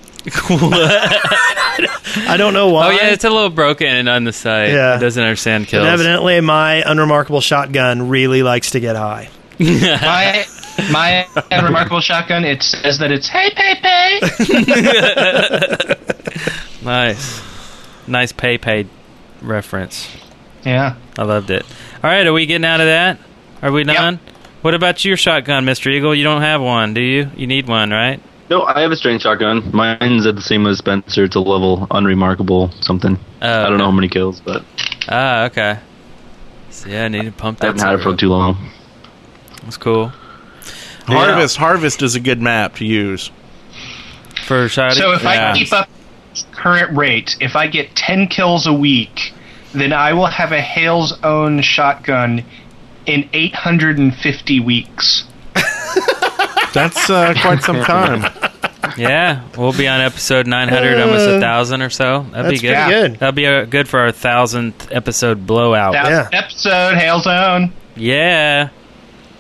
Speaker 1: I don't know why.
Speaker 8: Oh yeah, it's a little broken on the site.
Speaker 1: Yeah.
Speaker 8: It doesn't understand
Speaker 1: but
Speaker 8: kills.
Speaker 1: evidently my unremarkable shotgun really likes to get high.
Speaker 6: my my remarkable shotgun. It says that it's hey pay pay.
Speaker 8: Nice, nice pay paid reference.
Speaker 6: Yeah.
Speaker 8: I loved it. All right, are we getting out of that? Are we done? What about your shotgun, Mister Eagle? You don't have one, do you? You need one, right?
Speaker 9: No, I have a strange shotgun. Mine's at the same as Spencer. It's a level unremarkable something.
Speaker 7: Oh,
Speaker 9: I don't
Speaker 8: okay.
Speaker 9: know how many kills, but
Speaker 8: Ah, okay. So, yeah, I need to pump
Speaker 9: I
Speaker 8: that.
Speaker 9: haven't had it for too long.
Speaker 8: That's cool.
Speaker 7: Harvest, Harvest is a good map to use.
Speaker 8: For shotty.
Speaker 10: So if
Speaker 7: Yeah.
Speaker 10: I keep up current rate, if I get 10 kills a week, then I will have a Hale's own shotgun in 850 weeks.
Speaker 7: That's uh, quite some time.
Speaker 8: yeah, we'll be on episode 900, almost a thousand or so. That'd be
Speaker 1: Uh, that's
Speaker 8: good.
Speaker 1: pretty good.
Speaker 8: That'll be uh good for our thousandth episode blowout.
Speaker 10: That
Speaker 1: Oh, Yeah.
Speaker 10: episode, Hale's own.
Speaker 8: yeah,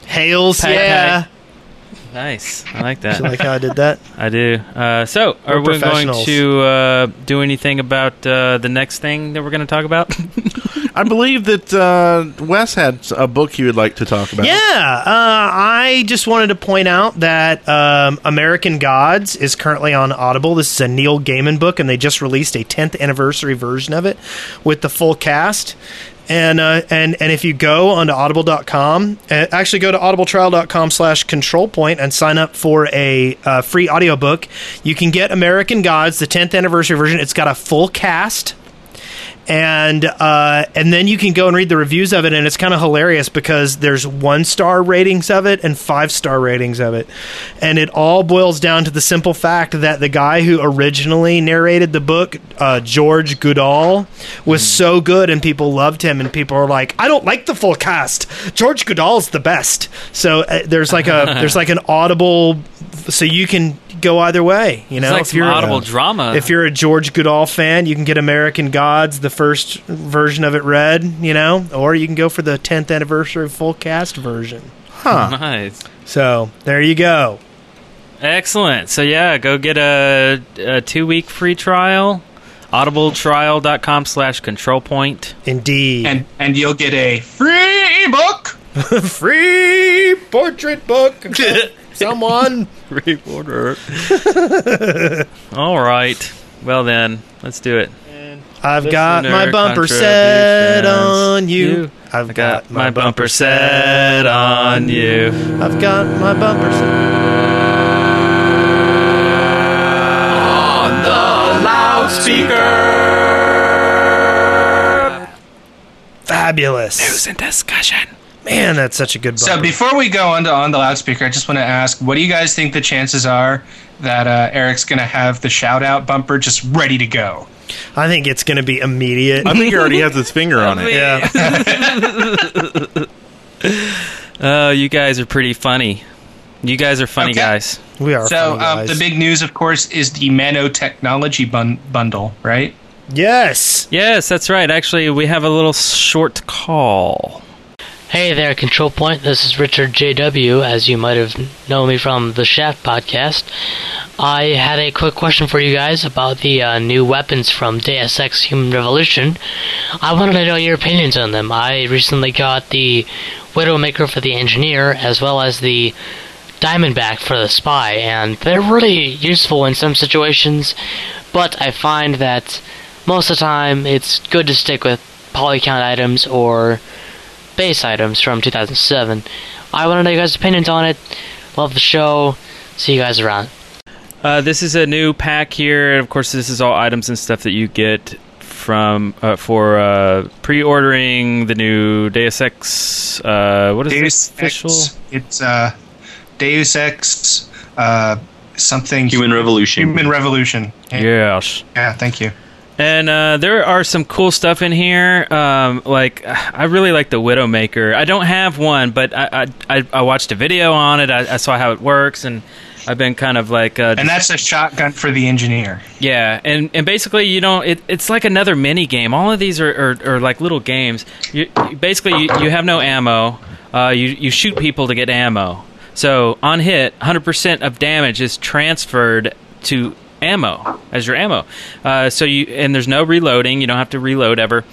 Speaker 1: Hails,
Speaker 8: Pat,
Speaker 1: yeah.
Speaker 8: nice. I like
Speaker 1: You like
Speaker 8: that.
Speaker 1: how I did that?
Speaker 8: I do. Uh, so,
Speaker 1: We're
Speaker 8: are we going
Speaker 1: professionals.
Speaker 8: to uh, do anything about uh, the next thing that we're going to talk about?
Speaker 7: I believe that uh, Wes had a book he would like to talk about.
Speaker 1: Yeah, uh, I just wanted to point out that um, American Gods is currently on Audible. This is a Neil Gaiman book, and they just released a 10th anniversary version of it with the full cast. And, uh, and and if you go onto audible.com, uh, actually go to audibletrial.com slash control point and sign up for a uh, free audiobook, you can get American Gods, the 10th anniversary version. It's got a full cast and uh, and then you can go and read the reviews of it, and it's kind of hilarious because there's one star ratings of it and five star ratings of it, and it all boils down to the simple fact that the guy who originally narrated the book, uh, George Goodall, was so good, and people loved him, and people are like, I don't like the full cast. George Goodall's the best. So uh, there's like a there's like an audible, so you can go either way. You know,
Speaker 8: it's like
Speaker 1: If
Speaker 8: some
Speaker 1: you're-
Speaker 8: audible drama.
Speaker 1: if you're a George Goodall fan, you can get American Gods, the first version of it read, you know, or you can go for the 10th anniversary full cast version.
Speaker 8: nice.
Speaker 1: So there you go.
Speaker 8: Excellent. So yeah, go get a, a two week free trial. Audibletrial.com slash control point.
Speaker 1: Indeed.
Speaker 6: and and you'll get a free ebook.
Speaker 1: free portrait book. Someone.
Speaker 8: Reporter. All right. Well then, let's do it.
Speaker 1: I've got
Speaker 8: Listener
Speaker 1: my bumper set on you.
Speaker 8: contributions.
Speaker 1: I've
Speaker 8: I got my bumper set on you.
Speaker 1: I've got my bumper set.
Speaker 9: Loudspeaker.
Speaker 1: Fabulous. News and discussion. Man, that's such a good bumper.
Speaker 6: So before we go on to on the loudspeaker, I just want to ask, what do you guys think the chances are that uh, Eric's going to have the shout out bumper just ready to go?
Speaker 1: I think it's going to be immediate.
Speaker 7: I think he already has his finger on it.
Speaker 1: yeah.
Speaker 8: Oh, you guys are pretty funny. You guys are funny
Speaker 6: Okay.
Speaker 8: guys.
Speaker 1: We are.
Speaker 6: So
Speaker 1: funny
Speaker 6: um, the
Speaker 1: guys.
Speaker 6: big news, of course, is the nanotechnology bun- bundle, right?
Speaker 1: Yes.
Speaker 8: Yes, that's right. Actually, we have a little short call.
Speaker 11: Hey there, Control Point. This is Richard J.W., as you might have known me from the Shaft podcast. I had a quick question for you guys about the uh, new weapons from Deus Ex Human Revolution. I wanted to know your opinions on them. I recently got the Widowmaker for the Engineer, as well as the Diamondback for the Spy, and they're really useful in some situations, but I find that most of the time it's good to stick with polycount items or base items from 2007. I want to know your guys' opinions on it. Love the show. See you guys around.
Speaker 8: Uh, this is a new pack here. Of course, this is all items and stuff that you get from uh, for uh, pre-ordering the new Deus Ex. Uh, what is
Speaker 6: Deus
Speaker 8: this official?
Speaker 6: Ex. It's uh, Deus Ex uh, something
Speaker 9: Human Revolution.
Speaker 6: Human Revolution.
Speaker 8: Yes.
Speaker 6: Yeah, thank you.
Speaker 8: And uh, there are some cool stuff in here. Um, like I really like the Widowmaker. I don't have one, but I I, I, I watched a video on it. I, I saw how it works, and I've been kind of like uh,
Speaker 6: And that's a shotgun for the engineer.
Speaker 8: Yeah, and, and basically, you know, it, it's like another mini game. All of these are, are, are like little games. You, you- basically, you, you have no ammo. Uh, you, you shoot people to get ammo. So on hit, 100% of damage is transferred to ammo as your ammo. Uh, so you and there's no reloading. You don't have to reload ever.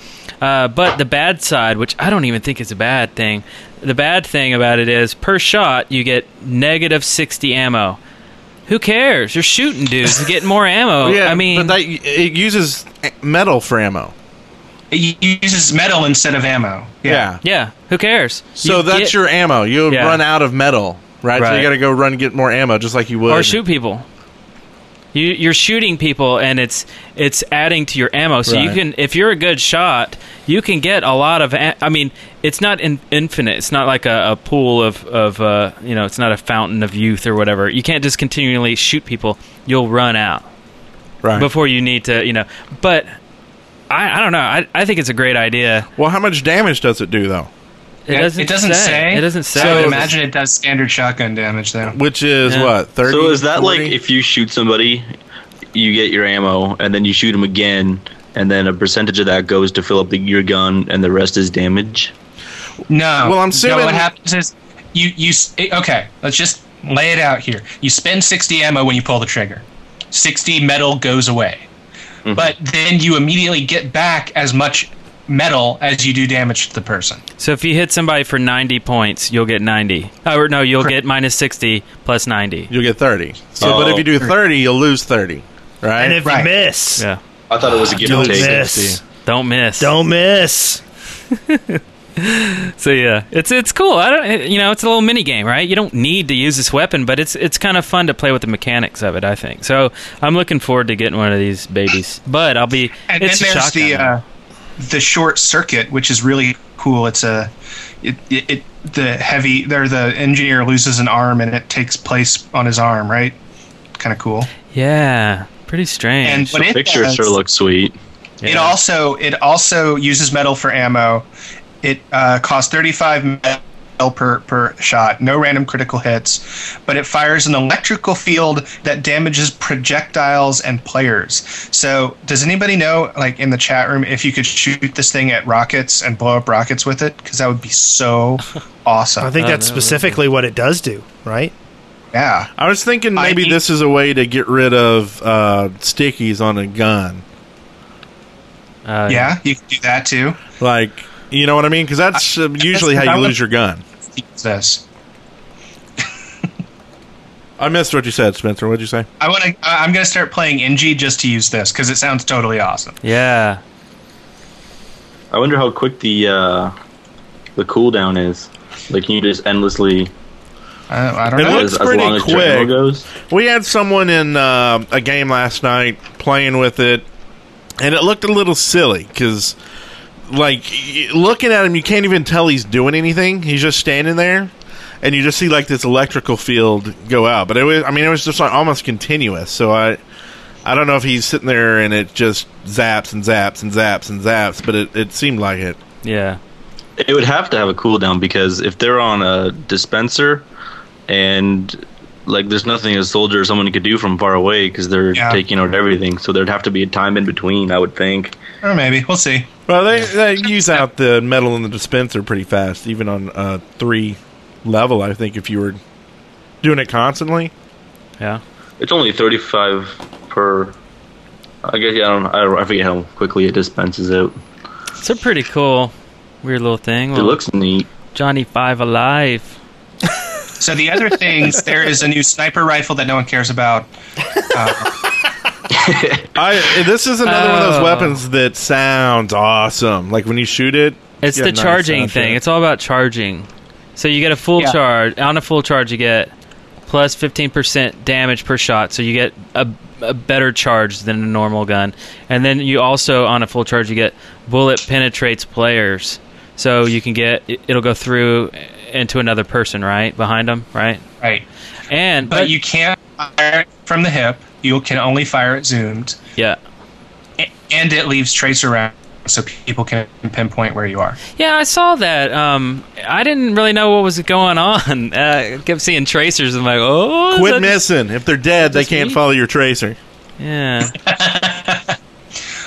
Speaker 8: Uh, but the bad side, which I don't even think is a bad thing, the bad thing about it is per shot you get negative 60 ammo. Who cares? You're shooting dudes, and getting more ammo. I mean,
Speaker 7: but that, it uses metal for ammo.
Speaker 6: It u- uses metal instead of ammo.
Speaker 7: Yeah.
Speaker 8: yeah. Who cares?
Speaker 7: So
Speaker 8: You
Speaker 7: that's
Speaker 8: get-
Speaker 7: your ammo. You
Speaker 8: Yeah.
Speaker 7: run out of metal, right? So
Speaker 8: Right.
Speaker 7: you got to go run and get more ammo, just like you would.
Speaker 8: or shoot people. You, you're shooting people, and it's it's adding to your ammo. So you
Speaker 12: Right.
Speaker 8: can, if you're a good shot, you can get a lot of. a- I mean, it's not in, infinite. It's not like a, a pool of of uh, you know. It's not a fountain of youth or whatever. You can't just continually shoot people. You'll run out
Speaker 7: Right.
Speaker 8: before you need to. You know, but. I, I don't know. I, I think it's a great idea.
Speaker 7: Well, how much damage does it do, though?
Speaker 8: It doesn't, say. It doesn't say.
Speaker 6: So I would imagine it does standard shotgun damage though.
Speaker 7: Which is
Speaker 6: Yeah.
Speaker 7: what thirty.
Speaker 9: So is that
Speaker 7: 40?
Speaker 9: like if you shoot somebody, you get your ammo, and then you shoot them again, and then a percentage of that goes to fill up the, your gun, and the rest is damage?
Speaker 6: No.
Speaker 9: Well, I'm
Speaker 6: No,
Speaker 9: assuming-
Speaker 6: Oh, what happens is you you s- eh, okay. Let's just lay it out here. You spend 60 ammo when you pull the trigger. 60 metal goes away,
Speaker 9: Mm-hmm.
Speaker 6: but then you immediately get back as much metal as you do damage to the person.
Speaker 8: So if you hit somebody for 90 points, you'll get 90. Oh, or no, you'll get minus 60 plus 90.
Speaker 7: You'll get 30. So, but if you
Speaker 6: Oh.
Speaker 7: do thirty, you'll lose thirty, right?
Speaker 1: And if you miss,
Speaker 8: yeah.
Speaker 9: I thought it was a give and
Speaker 1: Don't
Speaker 9: take.
Speaker 1: miss.
Speaker 8: Don't miss.
Speaker 1: Don't miss.
Speaker 8: So yeah, it's it's cool. I don't, you know, it's a little mini game, right? You don't need to use this weapon, but it's it's kind of fun to play with the mechanics of it. I think so. I'm looking forward to getting one of these babies, but I'll be.
Speaker 6: And
Speaker 8: it's
Speaker 6: then
Speaker 8: a
Speaker 6: there's
Speaker 8: shotgun.
Speaker 6: the uh, the short circuit, which is really cool. It's a it, it, it the heavy there the engineer loses an arm and it takes place on his arm, right? Kind of cool.
Speaker 8: yeah, pretty strange.
Speaker 6: uh, And what
Speaker 9: the
Speaker 6: it
Speaker 9: picture
Speaker 6: does-
Speaker 9: sure looks sweet.
Speaker 6: It also it also uses metal for ammo. It uh, costs 35 metal per per shot. No random critical hits, but it fires an electrical field that damages projectiles and players. So, does anybody know, like in the chat room, if you could shoot this thing at rockets and blow up rockets with it? Because that would be so awesome.
Speaker 1: I think that's specifically what it does do, right?
Speaker 6: Yeah.
Speaker 7: I was thinking maybe this is a way to get rid of uh, stickies on a gun.
Speaker 8: Uh,
Speaker 6: Yeah, you can do that too.
Speaker 7: Like, you know what I mean? Because that's uh, usually how you lose your gun.
Speaker 6: This.
Speaker 7: I missed what you said, Spencer. What'd you say?
Speaker 6: I want to. I'm going to start playing NG just to use this because it sounds totally awesome.
Speaker 8: Yeah.
Speaker 9: I wonder how quick the uh, the cooldown is. Like, can you just endlessly?
Speaker 6: I
Speaker 7: It looks
Speaker 9: As- as
Speaker 7: pretty
Speaker 9: long as Journal
Speaker 7: quick.
Speaker 9: goes.
Speaker 7: We had someone in uh, a game last night playing with it, and it looked a little silly because, like, y- looking at him, you can't even tell he's doing anything. He's just standing there, and you just see like this electrical field go out. But it was, I mean, it was just like almost continuous. So I, I don't know if he's sitting there and it just zaps and zaps and zaps and zaps, but it, it seemed like it.
Speaker 8: Yeah.
Speaker 9: It would have to have a cooldown because if they're on a dispenser and like there's nothing a soldier or someone could do from far away because they're
Speaker 6: Yeah.
Speaker 9: taking out everything, so there'd have to be a time in between, I would think.
Speaker 6: Or maybe we'll see.
Speaker 7: Well, they, they use out the metal in the dispenser pretty fast, even on uh, three level. I think if you were doing it constantly.
Speaker 8: Yeah.
Speaker 9: It's only 35 per. I guess yeah, I don't. I, don't, I forget how quickly it dispenses out.
Speaker 8: It's a pretty cool, weird little thing.
Speaker 9: It looks neat.
Speaker 8: Johnny Five Alive.
Speaker 6: So the other things, there is a new sniper rifle that no one cares about.
Speaker 8: Uh,
Speaker 7: I this is another one of
Speaker 8: Oh.
Speaker 7: those weapons that sounds awesome. Like when you shoot it,
Speaker 8: It's
Speaker 7: you
Speaker 8: the
Speaker 7: get a nice
Speaker 8: charging
Speaker 7: sound to
Speaker 8: thing.
Speaker 7: it.
Speaker 8: It's all about charging. So you get a full
Speaker 7: Yeah.
Speaker 8: charge. On a full charge, you get plus 15% damage per shot. So you get a, a better charge than a normal gun. And then you also, on a full charge, you get bullet penetrates players. So you can get, it- it'll go through into another person, right? Behind them, right?
Speaker 6: Right.
Speaker 8: And
Speaker 6: but, you can't fire it from the hip. You can only fire it zoomed.
Speaker 8: Yeah.
Speaker 6: And it leaves tracer rounds so people can pinpoint where you are.
Speaker 8: Yeah, I saw that. Um, I didn't really know what was going on. Uh, I kept seeing tracers. I'm like, oh. is
Speaker 7: Quit
Speaker 8: that just-
Speaker 7: missing. If they're dead, they
Speaker 8: just
Speaker 7: can't
Speaker 8: me?
Speaker 7: follow your tracer.
Speaker 8: Yeah.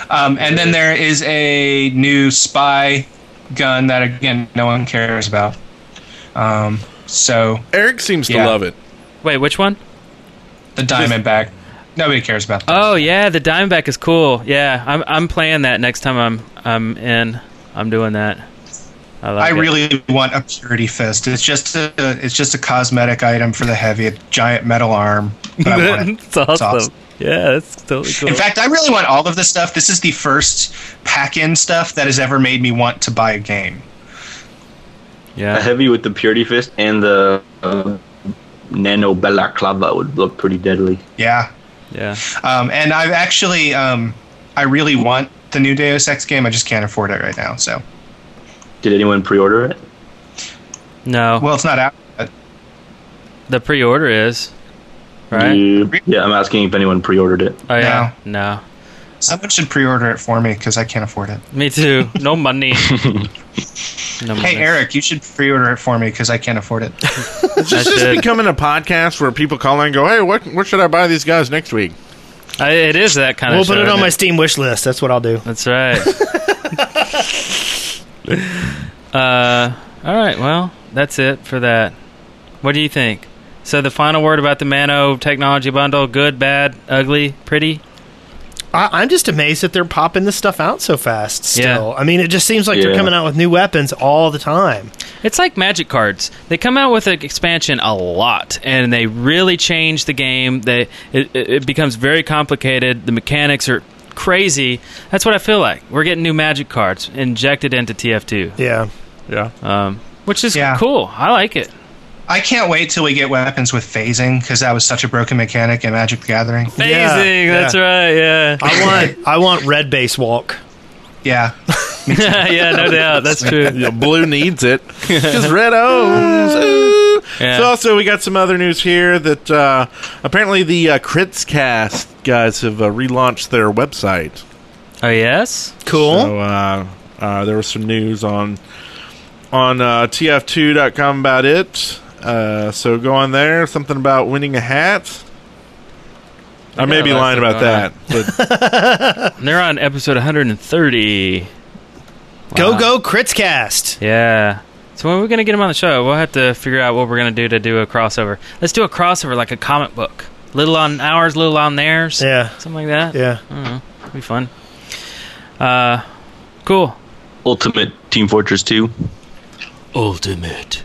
Speaker 6: Um, and then there is a new spy gun that again no one cares about. Um, so
Speaker 7: Eric seems to love it.
Speaker 8: Wait, which one?
Speaker 6: The Diamondback. Nobody cares about. That.
Speaker 8: Oh yeah, the Diamondback is cool. Yeah, I'm I'm playing that next time I'm I'm in. I'm doing that. I, like
Speaker 6: I
Speaker 8: it.
Speaker 6: really want a purity fist. It's just a it's just a cosmetic item for the heavy, a giant metal arm. but I want it.
Speaker 8: It's awesome. Yeah, that's totally cool.
Speaker 6: In fact, I really want all of this stuff. This is the first pack-in stuff that has ever made me want to buy a game.
Speaker 8: Yeah.
Speaker 9: A heavy with the purity fist and the uh, nano balaclava would look pretty deadly.
Speaker 6: Yeah,
Speaker 8: Yeah.
Speaker 6: Um, and I've actually, um, I really want the new Deus Ex game. I just can't afford it right now. So,
Speaker 9: Did anyone pre-order it?
Speaker 8: No.
Speaker 6: well, it's not out.
Speaker 8: The pre-order is, right?
Speaker 9: Yeah, yeah, I'm asking if anyone pre-ordered it.
Speaker 8: Oh yeah. No.
Speaker 6: Someone should pre-order it for me because I can't afford it.
Speaker 8: Me too. No money. no
Speaker 6: Hey, Eric, you should pre-order it for me because I can't afford it.
Speaker 7: Is this
Speaker 8: I
Speaker 7: just
Speaker 8: should.
Speaker 7: becoming a podcast where people call in and go, "Hey, what what should I buy these guys next week?"
Speaker 8: I, Uh, it is that kind
Speaker 1: we'll
Speaker 8: of.
Speaker 1: put
Speaker 8: show,
Speaker 1: it on
Speaker 8: isn't
Speaker 1: my Steam wish list. That's what I'll do.
Speaker 8: That's right. uh, all right. Well, that's it for that. What do you think? So the final word about the Mano technology bundle: good, bad, ugly, pretty.
Speaker 1: I, I'm just amazed that they're popping this stuff out so fast. Still, I mean, it just seems like they're
Speaker 9: Yeah.
Speaker 1: coming out with new weapons all the time.
Speaker 8: It's like Magic cards. They come out with an expansion a lot, and they really change the game. They it, it it becomes very complicated. The mechanics are crazy. That's what I feel like. We're getting new Magic cards injected into TF2,
Speaker 1: Yeah,
Speaker 7: Yeah.
Speaker 8: um, which is
Speaker 6: Yeah.
Speaker 8: cool. I like it.
Speaker 6: I can't wait till we get weapons with phasing because that was such a broken mechanic in Magic the Gathering.
Speaker 1: Yeah,
Speaker 8: Amazing. That's right. Yeah.
Speaker 1: I want I want red base walk.
Speaker 6: Yeah,
Speaker 8: yeah, no doubt. That's true.
Speaker 7: Yeah, blue needs it because red owns. Ooh.
Speaker 8: Yeah.
Speaker 7: So also we got some other news here that uh, apparently the uh, Critscast guys have uh, relaunched their website.
Speaker 8: Oh yes.
Speaker 1: Cool.
Speaker 7: So uh, uh, there was some news on on uh, tf2.com about it. Uh, so go on there. Something about winning a hat. I may
Speaker 8: Yeah,
Speaker 7: be
Speaker 8: that's
Speaker 7: lying
Speaker 8: what's
Speaker 7: about that,
Speaker 8: going
Speaker 7: but
Speaker 8: They're on episode 130.
Speaker 1: Go go Critzcast.
Speaker 8: Yeah. So when are we gonna get them on the show? We'll have to figure out what we're gonna do to do a crossover. Let's do a crossover like a comic book. Little on ours, little on theirs.
Speaker 1: Yeah,
Speaker 8: Something like that.
Speaker 1: yeah.
Speaker 8: It'll be fun. Uh, cool.
Speaker 9: Ultimate Team Fortress 2.
Speaker 8: Ultimate.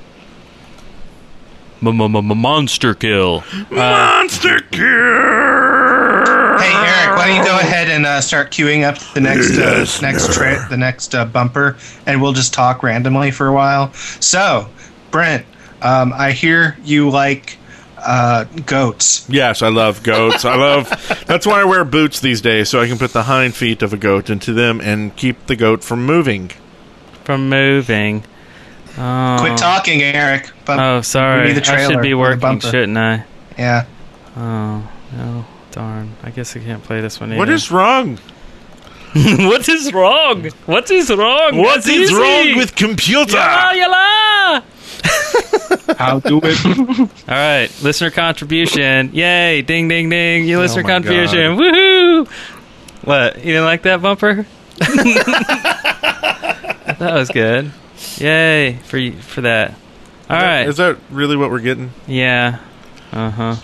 Speaker 8: Monster kill. Uh,
Speaker 7: monster gear.
Speaker 6: Hey Eric, why don't you go ahead and uh, start queuing up the next
Speaker 7: Yes,
Speaker 6: uh, next tra- the next uh, bumper, and we'll just talk randomly for a while. So, Brent, um, I hear you like uh, goats.
Speaker 7: Yes, I love goats. I love. That's why I wear boots these days, so I can put the hind feet of a goat into them and keep the goat from moving.
Speaker 8: From moving. Oh.
Speaker 6: Quit talking, Eric. Bump-
Speaker 8: Oh,
Speaker 6: Give
Speaker 8: sorry.
Speaker 6: me the
Speaker 8: I should
Speaker 6: trailer
Speaker 8: be
Speaker 6: or the
Speaker 8: working,
Speaker 6: bumper.
Speaker 8: shouldn't I?
Speaker 6: Yeah,
Speaker 8: Oh, no. Darn. I guess I can't play this one either.
Speaker 7: What is wrong?
Speaker 8: what is wrong? What is wrong?
Speaker 7: What is wrong with computer?
Speaker 8: Yala, yala!
Speaker 6: I'll do it.
Speaker 8: All right, listener contribution. Yay, ding, ding, ding.
Speaker 6: Oh
Speaker 8: You listener
Speaker 7: my
Speaker 8: contribution. Woohoo! What? You didn't like that bumper? that was good. Yay for you, for that. All right.
Speaker 7: Is that really what we're getting?
Speaker 8: Yeah. Uh huh.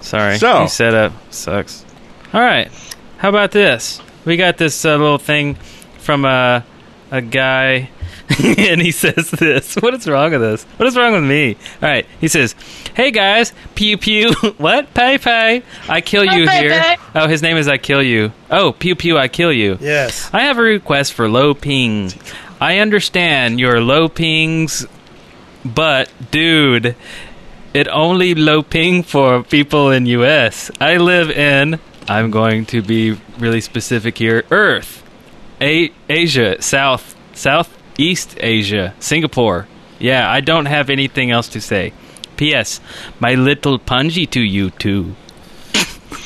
Speaker 8: Sorry.
Speaker 7: So-
Speaker 8: You set up sucks. All right. How about this? We got this uh, little thing from a a guy, and he says this. What is wrong with this? What is wrong with me? All right. He says, "Hey guys, pew pew. what? Pay pay. I kill you here. Oh, his name is I kill you. Oh, pew pew. I kill you.
Speaker 1: Yes.
Speaker 8: I have a request for low ping. I understand your low pings, but dude, it only low ping for people in US. I live in I'm going to be really specific here. Earth. A- Asia, South Southeast Asia, Singapore. Yeah, I don't have anything else to say. P.S. My little punji to you too.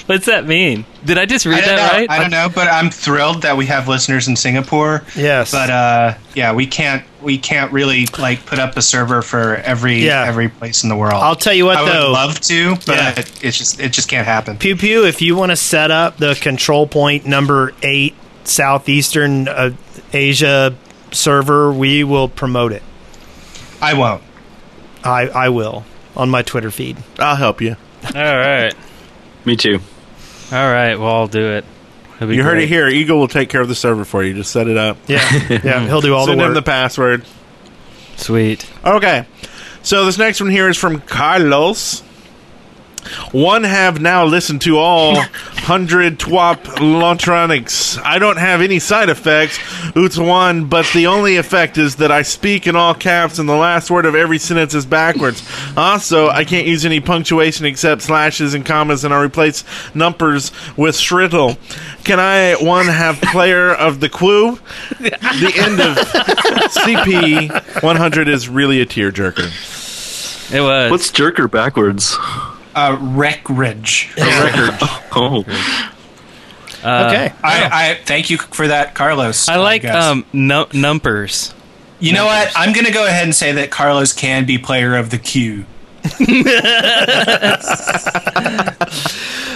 Speaker 8: What's that mean? Did I just
Speaker 6: I
Speaker 8: read
Speaker 6: don't know.
Speaker 8: that right?
Speaker 6: I don't know, but I'm thrilled that we have listeners in Singapore.
Speaker 1: Yes.
Speaker 6: But uh, yeah, we can't we can't really like put up a server for every
Speaker 1: Yeah.
Speaker 6: every place in the world.
Speaker 1: I'll tell you what
Speaker 6: I would
Speaker 1: though.
Speaker 6: love to, but
Speaker 1: Yeah.
Speaker 6: it's just it just can't happen.
Speaker 1: Pew Pew, if you want to set up the control point number eight southeastern uh, Asia server, we will promote it.
Speaker 6: I won't.
Speaker 1: I, I will on my Twitter feed.
Speaker 7: I'll help you.
Speaker 8: All right.
Speaker 9: Me too.
Speaker 8: All right, well, I'll do it. It'll be
Speaker 7: You heard
Speaker 8: great.
Speaker 7: it here. Eagle will take care of the server for you. Just set it up.
Speaker 1: Yeah, yeah, he'll do all the
Speaker 7: Send him
Speaker 1: work.
Speaker 7: the password.
Speaker 8: Sweet.
Speaker 7: Okay. So this next one here is from Carlos. One have now listened to all 100 TWAP Lontronics. I don't have any side effects, Oots one, but the only effect is that I speak in all caps and the last word of every sentence is backwards. Also, I can't use any punctuation except slashes and commas, and I replace numbers with shrittle. Can I, one, have player of the queue? The end of CP 100 is really a tearjerker.
Speaker 8: It was.
Speaker 9: What's jerker backwards?
Speaker 6: Uh, wreck ridge.
Speaker 8: Uh,
Speaker 9: Record. oh.
Speaker 6: okay. I, I thank you for that, Carlos.
Speaker 8: I like
Speaker 6: guess.
Speaker 8: um num- numbers.
Speaker 6: You know what? I'm going to go ahead and say that Carlos can be player of the queue.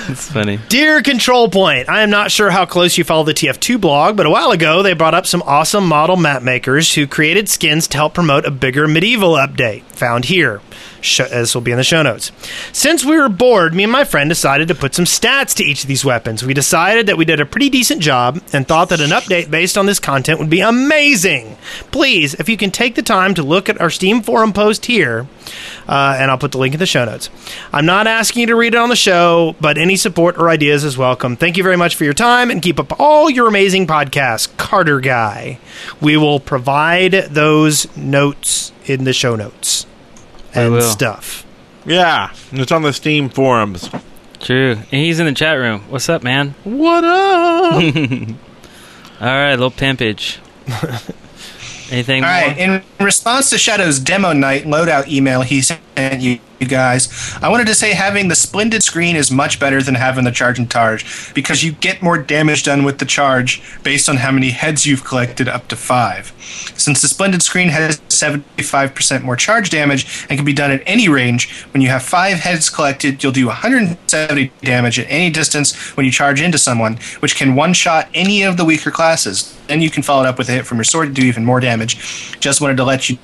Speaker 8: It's funny.
Speaker 1: Dear Control Point, I am not sure how close you follow the TF2 blog, but a while ago they brought up some awesome model map makers who created skins to help promote a bigger medieval update. Found here. Sh- this will be in the show notes. Since we were bored, me and my friend decided to put some stats to each of these weapons. We decided that we did a pretty decent job and thought that an update based on this content would be amazing. Please, if you can take the time to look at our Steam forum post here, uh, and I'll put the link in the show notes. I'm not asking you to read it on the show, but any support or ideas is welcome. Thank you very much for your time and keep up all your amazing podcasts, Carter Guy. We will provide those notes in the show notes and
Speaker 8: will.
Speaker 1: stuff.
Speaker 7: Yeah, and it's on the Steam forums.
Speaker 8: True. And he's in the chat room. What's up, man?
Speaker 7: What up?
Speaker 8: All right, little pimpage. Anything
Speaker 6: All right.
Speaker 8: more?
Speaker 6: In response to Shadow's demo night loadout email he sent you you guys, I wanted to say having the splendid screen is much better than having the charge and targe because you get more damage done with the charge based on how many heads you've collected up to five. Since the splendid screen has 75% more charge damage and can be done at any range, when you have five heads collected, you'll do 170 damage at any distance when you charge into someone, which can one shot any of the weaker classes. Then you can follow it up with a hit from your sword to do even more damage. Just wanted to let you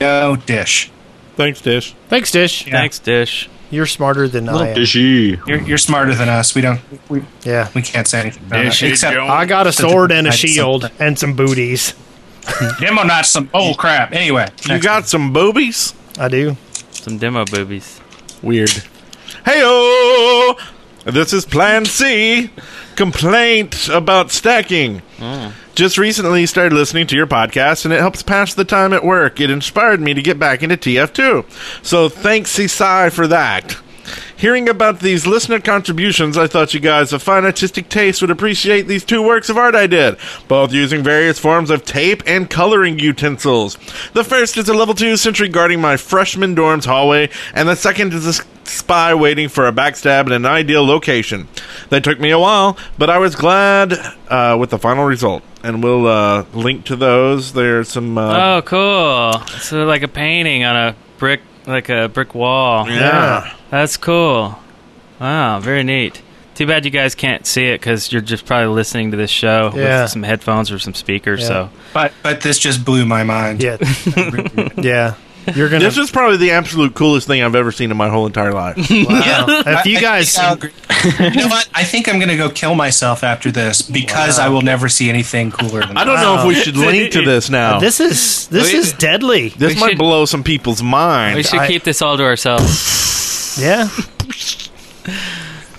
Speaker 6: know, Dish.
Speaker 7: Thanks, Dish.
Speaker 1: Thanks, Dish.
Speaker 8: Thanks, Dish.
Speaker 1: You're smarter than I am.
Speaker 9: Dishy.
Speaker 6: You're, you're smarter than us. We don't. We,
Speaker 1: Yeah.
Speaker 6: we can't say anything about
Speaker 10: Dish
Speaker 6: it.
Speaker 10: is
Speaker 6: Except
Speaker 10: your
Speaker 1: I got a sword and a
Speaker 6: I did
Speaker 1: shield and some booties.
Speaker 6: demo not some bull crap. Anyway,
Speaker 7: You got some boobies?
Speaker 1: I do.
Speaker 8: Some demo boobies.
Speaker 7: Weird. Hey This is Plan C. Complaint about stacking.
Speaker 8: Mm.
Speaker 7: Just recently started listening to your podcast, and it helps pass the time at work. It inspired me to get back into TF2. So thanks, CSI, for that. Hearing about these listener contributions, I thought you guys of fine artistic taste would appreciate these two works of art I did, both using various forms of tape and coloring utensils. The first is a level 2 sentry guarding my freshman dorm's hallway, and the second is a s- spy waiting for a backstab in an ideal location. They took me a while, but I was glad uh, with the final result. And we'll uh, link to those. There's some. Uh,
Speaker 8: Oh, cool. So like a painting on a brick, like a brick wall.
Speaker 7: yeah.
Speaker 8: That's cool. Wow, very neat. Too bad you guys can't see it because you're just probably listening to this show
Speaker 1: Yeah.
Speaker 8: with some headphones or some speakers.
Speaker 1: Yeah.
Speaker 8: So
Speaker 6: but but this just blew my mind.
Speaker 1: Yeah. yeah. You're going
Speaker 7: This
Speaker 1: to.
Speaker 7: is probably the absolute coolest thing I've ever seen in my whole entire life.
Speaker 1: If you guys.
Speaker 6: I think I'll- you know what? I think I'm gonna go kill myself after this because I will never see anything cooler than.
Speaker 7: I don't know if we should link to this now.
Speaker 1: This is this
Speaker 8: We-
Speaker 1: is deadly.
Speaker 7: This
Speaker 8: We
Speaker 7: might
Speaker 8: should-
Speaker 7: blow some people's
Speaker 8: we
Speaker 7: minds.
Speaker 8: should
Speaker 1: I-
Speaker 8: keep this all to ourselves.
Speaker 1: Yeah.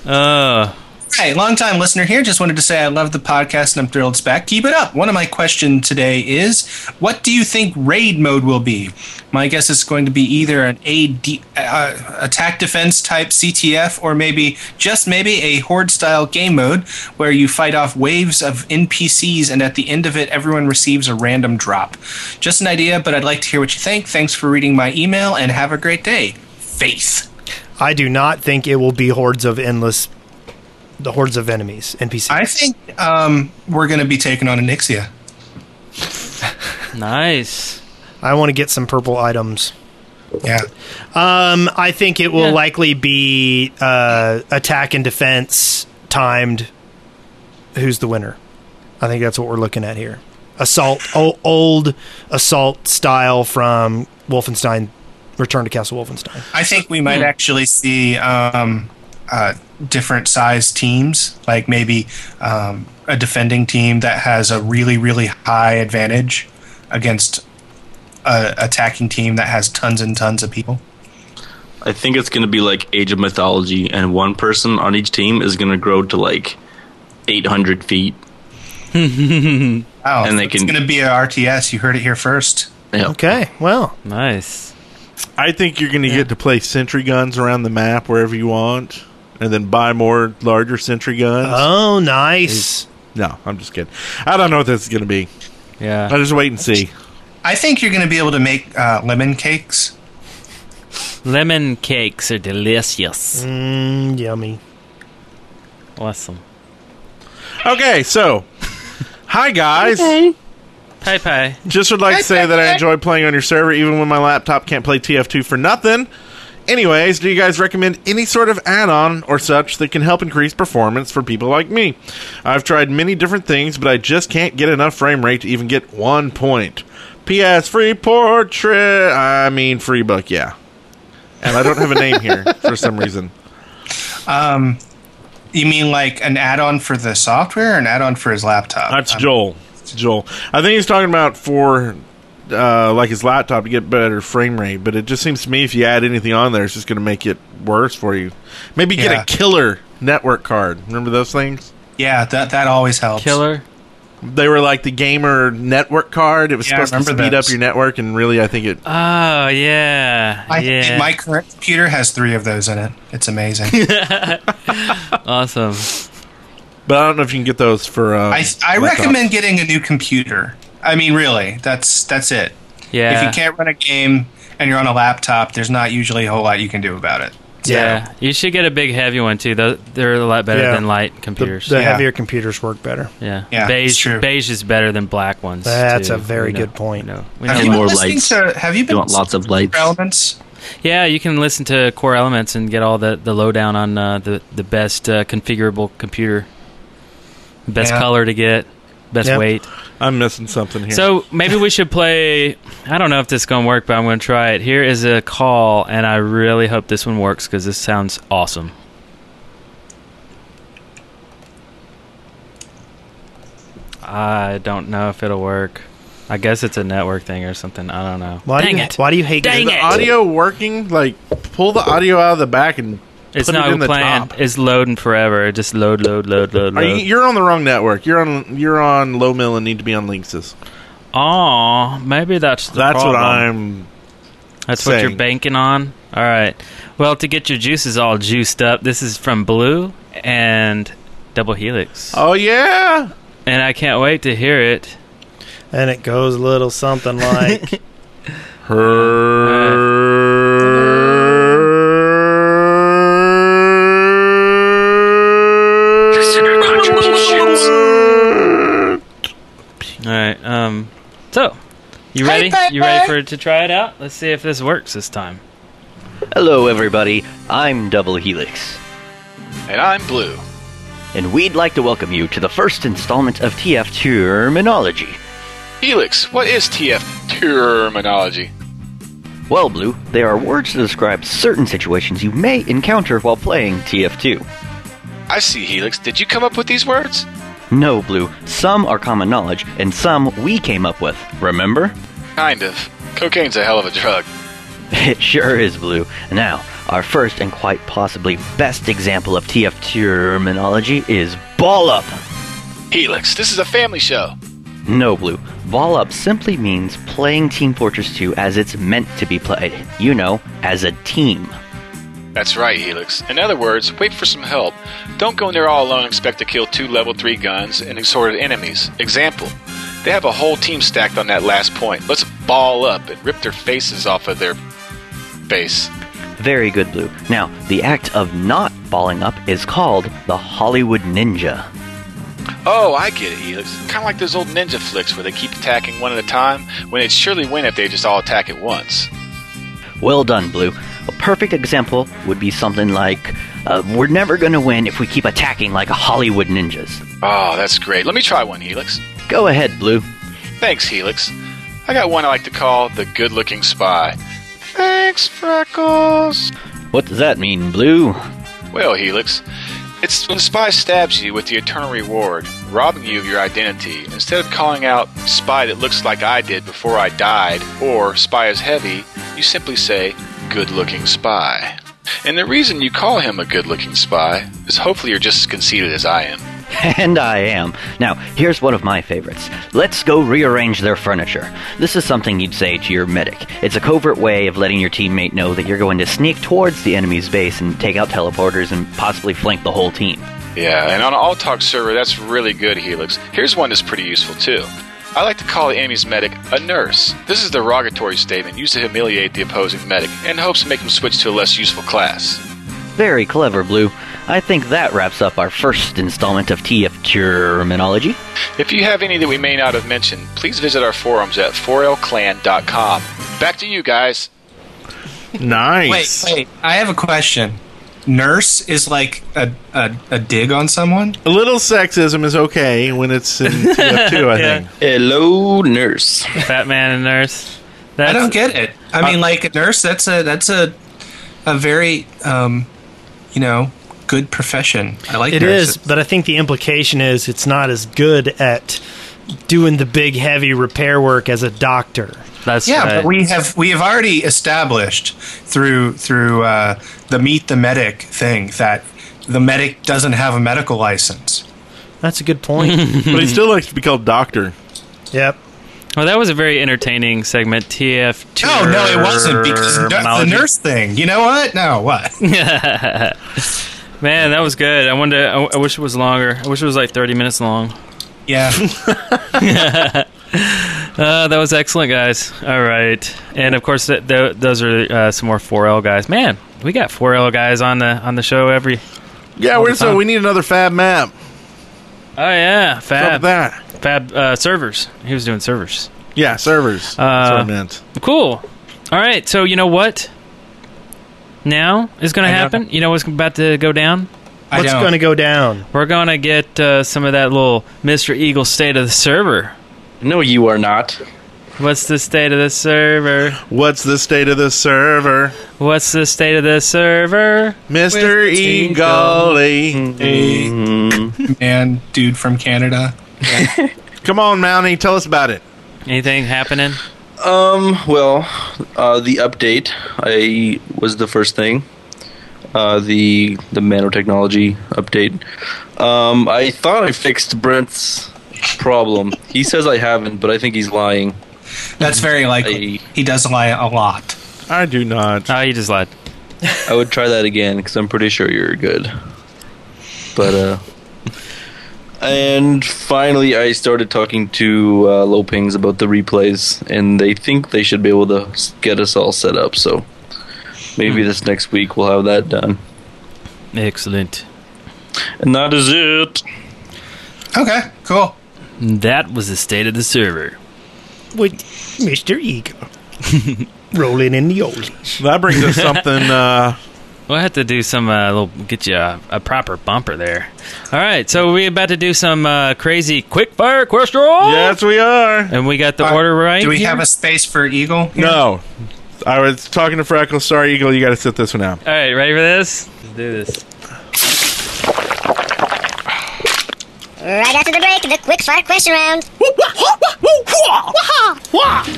Speaker 8: Uh,
Speaker 6: Hey, long time listener here. Just wanted to say I love the podcast and I'm thrilled it's back. Keep it up. One of my questions today is what do you think raid mode will be? My guess is going to be either an AD, uh, attack defense type CTF or maybe just maybe a horde style game mode where you fight off waves of NPCs and at the end of it everyone receives a random drop. Just an idea, but I'd like to hear what you think. Thanks for reading my email and have a great day. Faith.
Speaker 1: I do not think it will be hordes of endless, the hordes of enemies, NPCs.
Speaker 6: I think um, we're going to be taking on Anixia.
Speaker 8: nice.
Speaker 1: I want to get some purple items.
Speaker 6: Yeah.
Speaker 1: Um, I think it will
Speaker 8: Yeah.
Speaker 1: likely be uh, attack and defense timed. Who's the winner? I think that's what we're looking at here. Assault, o- old assault style from Wolfenstein, Return to Castle Wolfenstein.
Speaker 6: I think we
Speaker 8: Hmm.
Speaker 6: might actually see um, uh, different size teams, like maybe um, a defending team that has a really, really high advantage against a attacking team that has tons and tons of people.
Speaker 9: I think it's going to be like Age of Mythology, and one person on each team is going to grow to like 800 feet.
Speaker 6: Wow,
Speaker 9: And they
Speaker 6: Oh, it's
Speaker 9: can-
Speaker 6: going to be a RTS. You heard it here first.
Speaker 1: Okay. Well,
Speaker 8: Nice.
Speaker 7: I think you're going to get to play sentry guns around the map wherever you want, and then buy more larger sentry guns.
Speaker 1: oh, nice.
Speaker 7: no, I'm just kidding. I don't know what this is going to be.
Speaker 8: Yeah.
Speaker 7: I just wait and see.
Speaker 6: I think you're going to be able to make uh, lemon cakes.
Speaker 8: Lemon cakes are delicious.
Speaker 1: Mm, yummy.
Speaker 8: Awesome.
Speaker 7: Okay, so hi guys.
Speaker 8: Pie pie.
Speaker 7: Just would like to say that I enjoy playing on your server, even when my laptop can't play TF2 for nothing. Anyways, do you guys recommend any sort of add on or such that can help increase performance for people like me? I've tried many different things, but I just can't get enough frame rate to even get one point. P.S. Free portrait. I mean, free book, yeah. And I don't have a name here for some reason.
Speaker 6: Um, You mean like an add-on for the software or an add-on for his laptop?
Speaker 7: That's
Speaker 6: Um,
Speaker 7: Joel. It's Joel. I think he's talking about for uh, like his laptop to get better frame rate, but it just seems to me if you add anything on there, it's just going to make it worse for you. Maybe get
Speaker 6: Yeah.
Speaker 7: a killer network card. Remember those things?
Speaker 6: Yeah, that that always helps.
Speaker 8: Killer.
Speaker 7: They were like the gamer network card. It was
Speaker 6: Yeah, I
Speaker 7: supposed to
Speaker 6: remember
Speaker 7: speed
Speaker 6: those.
Speaker 7: up your network, and really, I think it.
Speaker 8: Oh yeah.
Speaker 6: I,
Speaker 8: yeah.
Speaker 6: My current computer has three of those in it. It's amazing.
Speaker 8: awesome.
Speaker 7: But I don't know if you can get those for. Uh,
Speaker 6: I I
Speaker 7: laptops.
Speaker 6: recommend getting a new computer. I mean, really, that's that's it.
Speaker 8: Yeah.
Speaker 6: If you can't run a game and you're on a laptop, there's not usually a whole lot you can do about it.
Speaker 8: Yeah. You should get a big heavy one too. Tho- They're a lot better
Speaker 1: Yeah.
Speaker 8: than light
Speaker 1: The,
Speaker 8: computers.
Speaker 1: the
Speaker 6: Yeah.
Speaker 1: heavier computers work better.
Speaker 8: yeah.
Speaker 6: Yeah,
Speaker 8: Beige.
Speaker 6: it's true.
Speaker 8: Beige is better than black ones.
Speaker 1: That's
Speaker 8: too.
Speaker 1: a very
Speaker 8: We know-
Speaker 1: good point.
Speaker 8: we know- we
Speaker 6: Have
Speaker 9: Yeah,
Speaker 8: know
Speaker 6: you
Speaker 8: that.
Speaker 6: been
Speaker 9: more
Speaker 6: listening
Speaker 9: lights.
Speaker 6: to? Have you been
Speaker 9: You want lots of lights.
Speaker 6: to Elements?
Speaker 8: Yeah, you can listen to Core Elements and get all the, the lowdown on uh, the the best uh, configurable computer, best
Speaker 6: Yeah.
Speaker 8: color to get, best
Speaker 1: Yep.
Speaker 8: weight.
Speaker 7: I'm missing something here.
Speaker 8: So maybe we should play. I don't know if this is gonna work, but I'm gonna try it. Here is a call, and I really hope this one works because this sounds awesome. I don't know if it'll work. I guess it's a network thing or something. I don't know.
Speaker 1: Why
Speaker 8: Dang
Speaker 1: do you,
Speaker 8: it!
Speaker 1: Why do you hate
Speaker 8: Dang
Speaker 7: Is the
Speaker 8: it.
Speaker 7: audio working? Like, pull the audio out of the back and
Speaker 8: It's
Speaker 7: put
Speaker 8: not
Speaker 7: it in the
Speaker 8: playing.
Speaker 7: top.
Speaker 8: It's loading forever. It just load, load, load, load,
Speaker 7: Are
Speaker 8: load.
Speaker 7: you, you're on the wrong network. You're on you're on low mill and need to be on Linksys.
Speaker 8: Oh, maybe that's the
Speaker 7: That's what
Speaker 8: problem.
Speaker 7: I'm.
Speaker 8: That's what
Speaker 7: saying.
Speaker 8: you're banking on. All right. Well, to get your juices all juiced up, this is from Blue and Double Helix,
Speaker 7: Oh yeah.
Speaker 8: and I can't wait to hear it.
Speaker 1: And it goes a little something like
Speaker 8: All right. Um. So, you ready? you ready for to try it out? Let's see if this works this time.
Speaker 12: Hello, everybody. I'm Double Helix,
Speaker 4: And I'm Blue.
Speaker 12: and we'd like to welcome you to the first installment of TF Terminology.
Speaker 4: Helix, what is TF terminology?
Speaker 12: Well, Blue, they are words to describe certain situations you may encounter while playing TF2.
Speaker 4: I see, Helix. Did you come up with these words?
Speaker 12: No, Blue, some are common knowledge, and some we came up with, remember?
Speaker 4: Kind of. Cocaine's a hell of a drug.
Speaker 12: It sure is, Blue. Now, our first and quite possibly best example of TF Terminology is Ball Up.
Speaker 4: Helix, this is a family show.
Speaker 12: No, Blue. Ball up simply means playing Team Fortress 2 as it's meant to be played. You know, as a team.
Speaker 4: That's right, Helix. In other words, wait for some help. Don't go in there all alone and expect to kill two level 3 guns and assorted enemies. Example They have a whole team stacked on that last point. Let's ball up and rip their faces off of their face.
Speaker 12: Very good, Blue. Now, the act of not balling up is called the Hollywood Ninja.
Speaker 4: Oh, I get it, Helix. Kind of like those old ninja flicks where they keep attacking one at a time when it surely win if they just all attack at once.
Speaker 12: Well done, Blue. A perfect example would be something like uh, We're never gonna win if we keep attacking like Hollywood ninjas.
Speaker 4: Oh, that's great. Let me try one, Helix.
Speaker 12: Go ahead, Blue.
Speaker 4: Thanks, Helix. I got one I like to call the good looking spy. Thanks, Freckles.
Speaker 12: What does that mean, Blue?
Speaker 4: Well, Helix, it's when the spy stabs you with the eternal reward, robbing you of your identity. Instead of calling out spy that looks like I did before I died or spy is heavy, you simply say good looking spy. And the reason you call him a good looking spy is hopefully you're just as conceited as I am.
Speaker 12: And I am. Now, here's one of my favorites. Let's go rearrange their furniture. This is something you'd say to your medic. It's a covert way of letting your teammate know that you're going to sneak towards the enemy's base and take out teleporters and possibly flank the whole team.
Speaker 4: Yeah, and on an all talk server, that's really good, Helix. Here's one that's pretty useful, too. I like to call the enemy's medic a nurse. This is a derogatory statement used to humiliate the opposing medic in hopes to make him switch to a less useful class.
Speaker 12: Very clever, Blue. I think that wraps up our first installment of TF Terminology.
Speaker 4: If you have any that we may not have mentioned, please visit our forums at 4lclan.com. Back to you guys.
Speaker 7: Nice.
Speaker 6: Wait, wait. I have a question. Nurse is like a, a, a dig on someone?
Speaker 7: A little sexism is okay when it's in TF2, I
Speaker 6: Yeah.
Speaker 7: think.
Speaker 9: Hello, nurse.
Speaker 8: Fat man and nurse.
Speaker 6: I don't get it. I
Speaker 1: Uh,
Speaker 6: mean, like a nurse, that's a that's a a very um, you know good profession. I like
Speaker 1: It
Speaker 6: nurses.
Speaker 1: is, but I think the implication is it's not as good at doing the big heavy repair work as a doctor.
Speaker 8: That's
Speaker 6: yeah, but we have we have already established through through uh, the meet the medic thing that the medic doesn't have a medical license.
Speaker 1: That's a good point.
Speaker 7: but he still likes to be called doctor.
Speaker 1: Yep.
Speaker 8: Well, that was a very entertaining segment. TF2.
Speaker 6: No, no, it wasn't because n- the
Speaker 8: Terminology.
Speaker 6: nurse thing. You know what? No, what?
Speaker 8: Man, that was good. I wanted. To, I, I wish it was longer. I wish it was like thirty minutes long.
Speaker 6: Yeah.
Speaker 8: Uh, that was excellent, guys. All right, and of course, th- th- those are uh, some more 4L guys. Man, we got 4L guys on the on the show every.
Speaker 7: Yeah,
Speaker 8: all
Speaker 7: we're
Speaker 8: the
Speaker 7: so
Speaker 8: time.
Speaker 7: we need another fab map.
Speaker 8: Oh yeah, Fab.
Speaker 7: Stop that.
Speaker 8: Fab uh, servers. He was doing servers.
Speaker 7: Yeah, servers.
Speaker 8: Uh,
Speaker 7: That's what I meant.
Speaker 8: Cool. All right. So you know what? Now is going to happen. You know what's about to go down.
Speaker 6: I
Speaker 1: What's
Speaker 6: don't.
Speaker 1: going to go down?
Speaker 8: We're going to get uh, some of that little Mr. Eagle state of the server.
Speaker 9: No, you are not.
Speaker 8: What's the state of the server?
Speaker 7: What's the state of the server?
Speaker 8: What's the state of the server?
Speaker 7: Mr. Eagle.
Speaker 6: and dude from Canada.
Speaker 7: Come on, Mountie, tell us about it.
Speaker 8: Anything happening?
Speaker 9: Um. Well, uh, the update I was the first thing. Uh, the the nanotechnology update. Um, I thought I fixed Brent's problem. He says I haven't, but I think he's lying.
Speaker 6: That's very likely. He does lie a lot.
Speaker 7: I do not.
Speaker 8: Oh, you just lied.
Speaker 9: I would try that again because I'm pretty sure you're good. But uh, and finally, I started talking to uh, Lopings about the replays, and they think they should be able to s- get us all set up. So maybe
Speaker 6: Hmm.
Speaker 9: this next week we'll have that done.
Speaker 8: Excellent.
Speaker 9: And that is it.
Speaker 6: Okay, cool.
Speaker 8: That was the state of the server.
Speaker 1: With Mr. Eagle rolling in the oldies.
Speaker 7: That brings us something. Uh,
Speaker 8: We'll have to do some uh, little get you a, a proper bumper there. All right, so we about to do some uh, crazy quick fire question.
Speaker 7: yes, we are.
Speaker 8: And we got the order right.
Speaker 6: Do we
Speaker 8: here?
Speaker 6: have a space for Eagle? here?
Speaker 7: No. I was talking to Freckles. Sorry, Eagle, you got to sit this one out.
Speaker 8: All right, ready for this? Let's do this.
Speaker 13: Right after the break, the quick fire question round.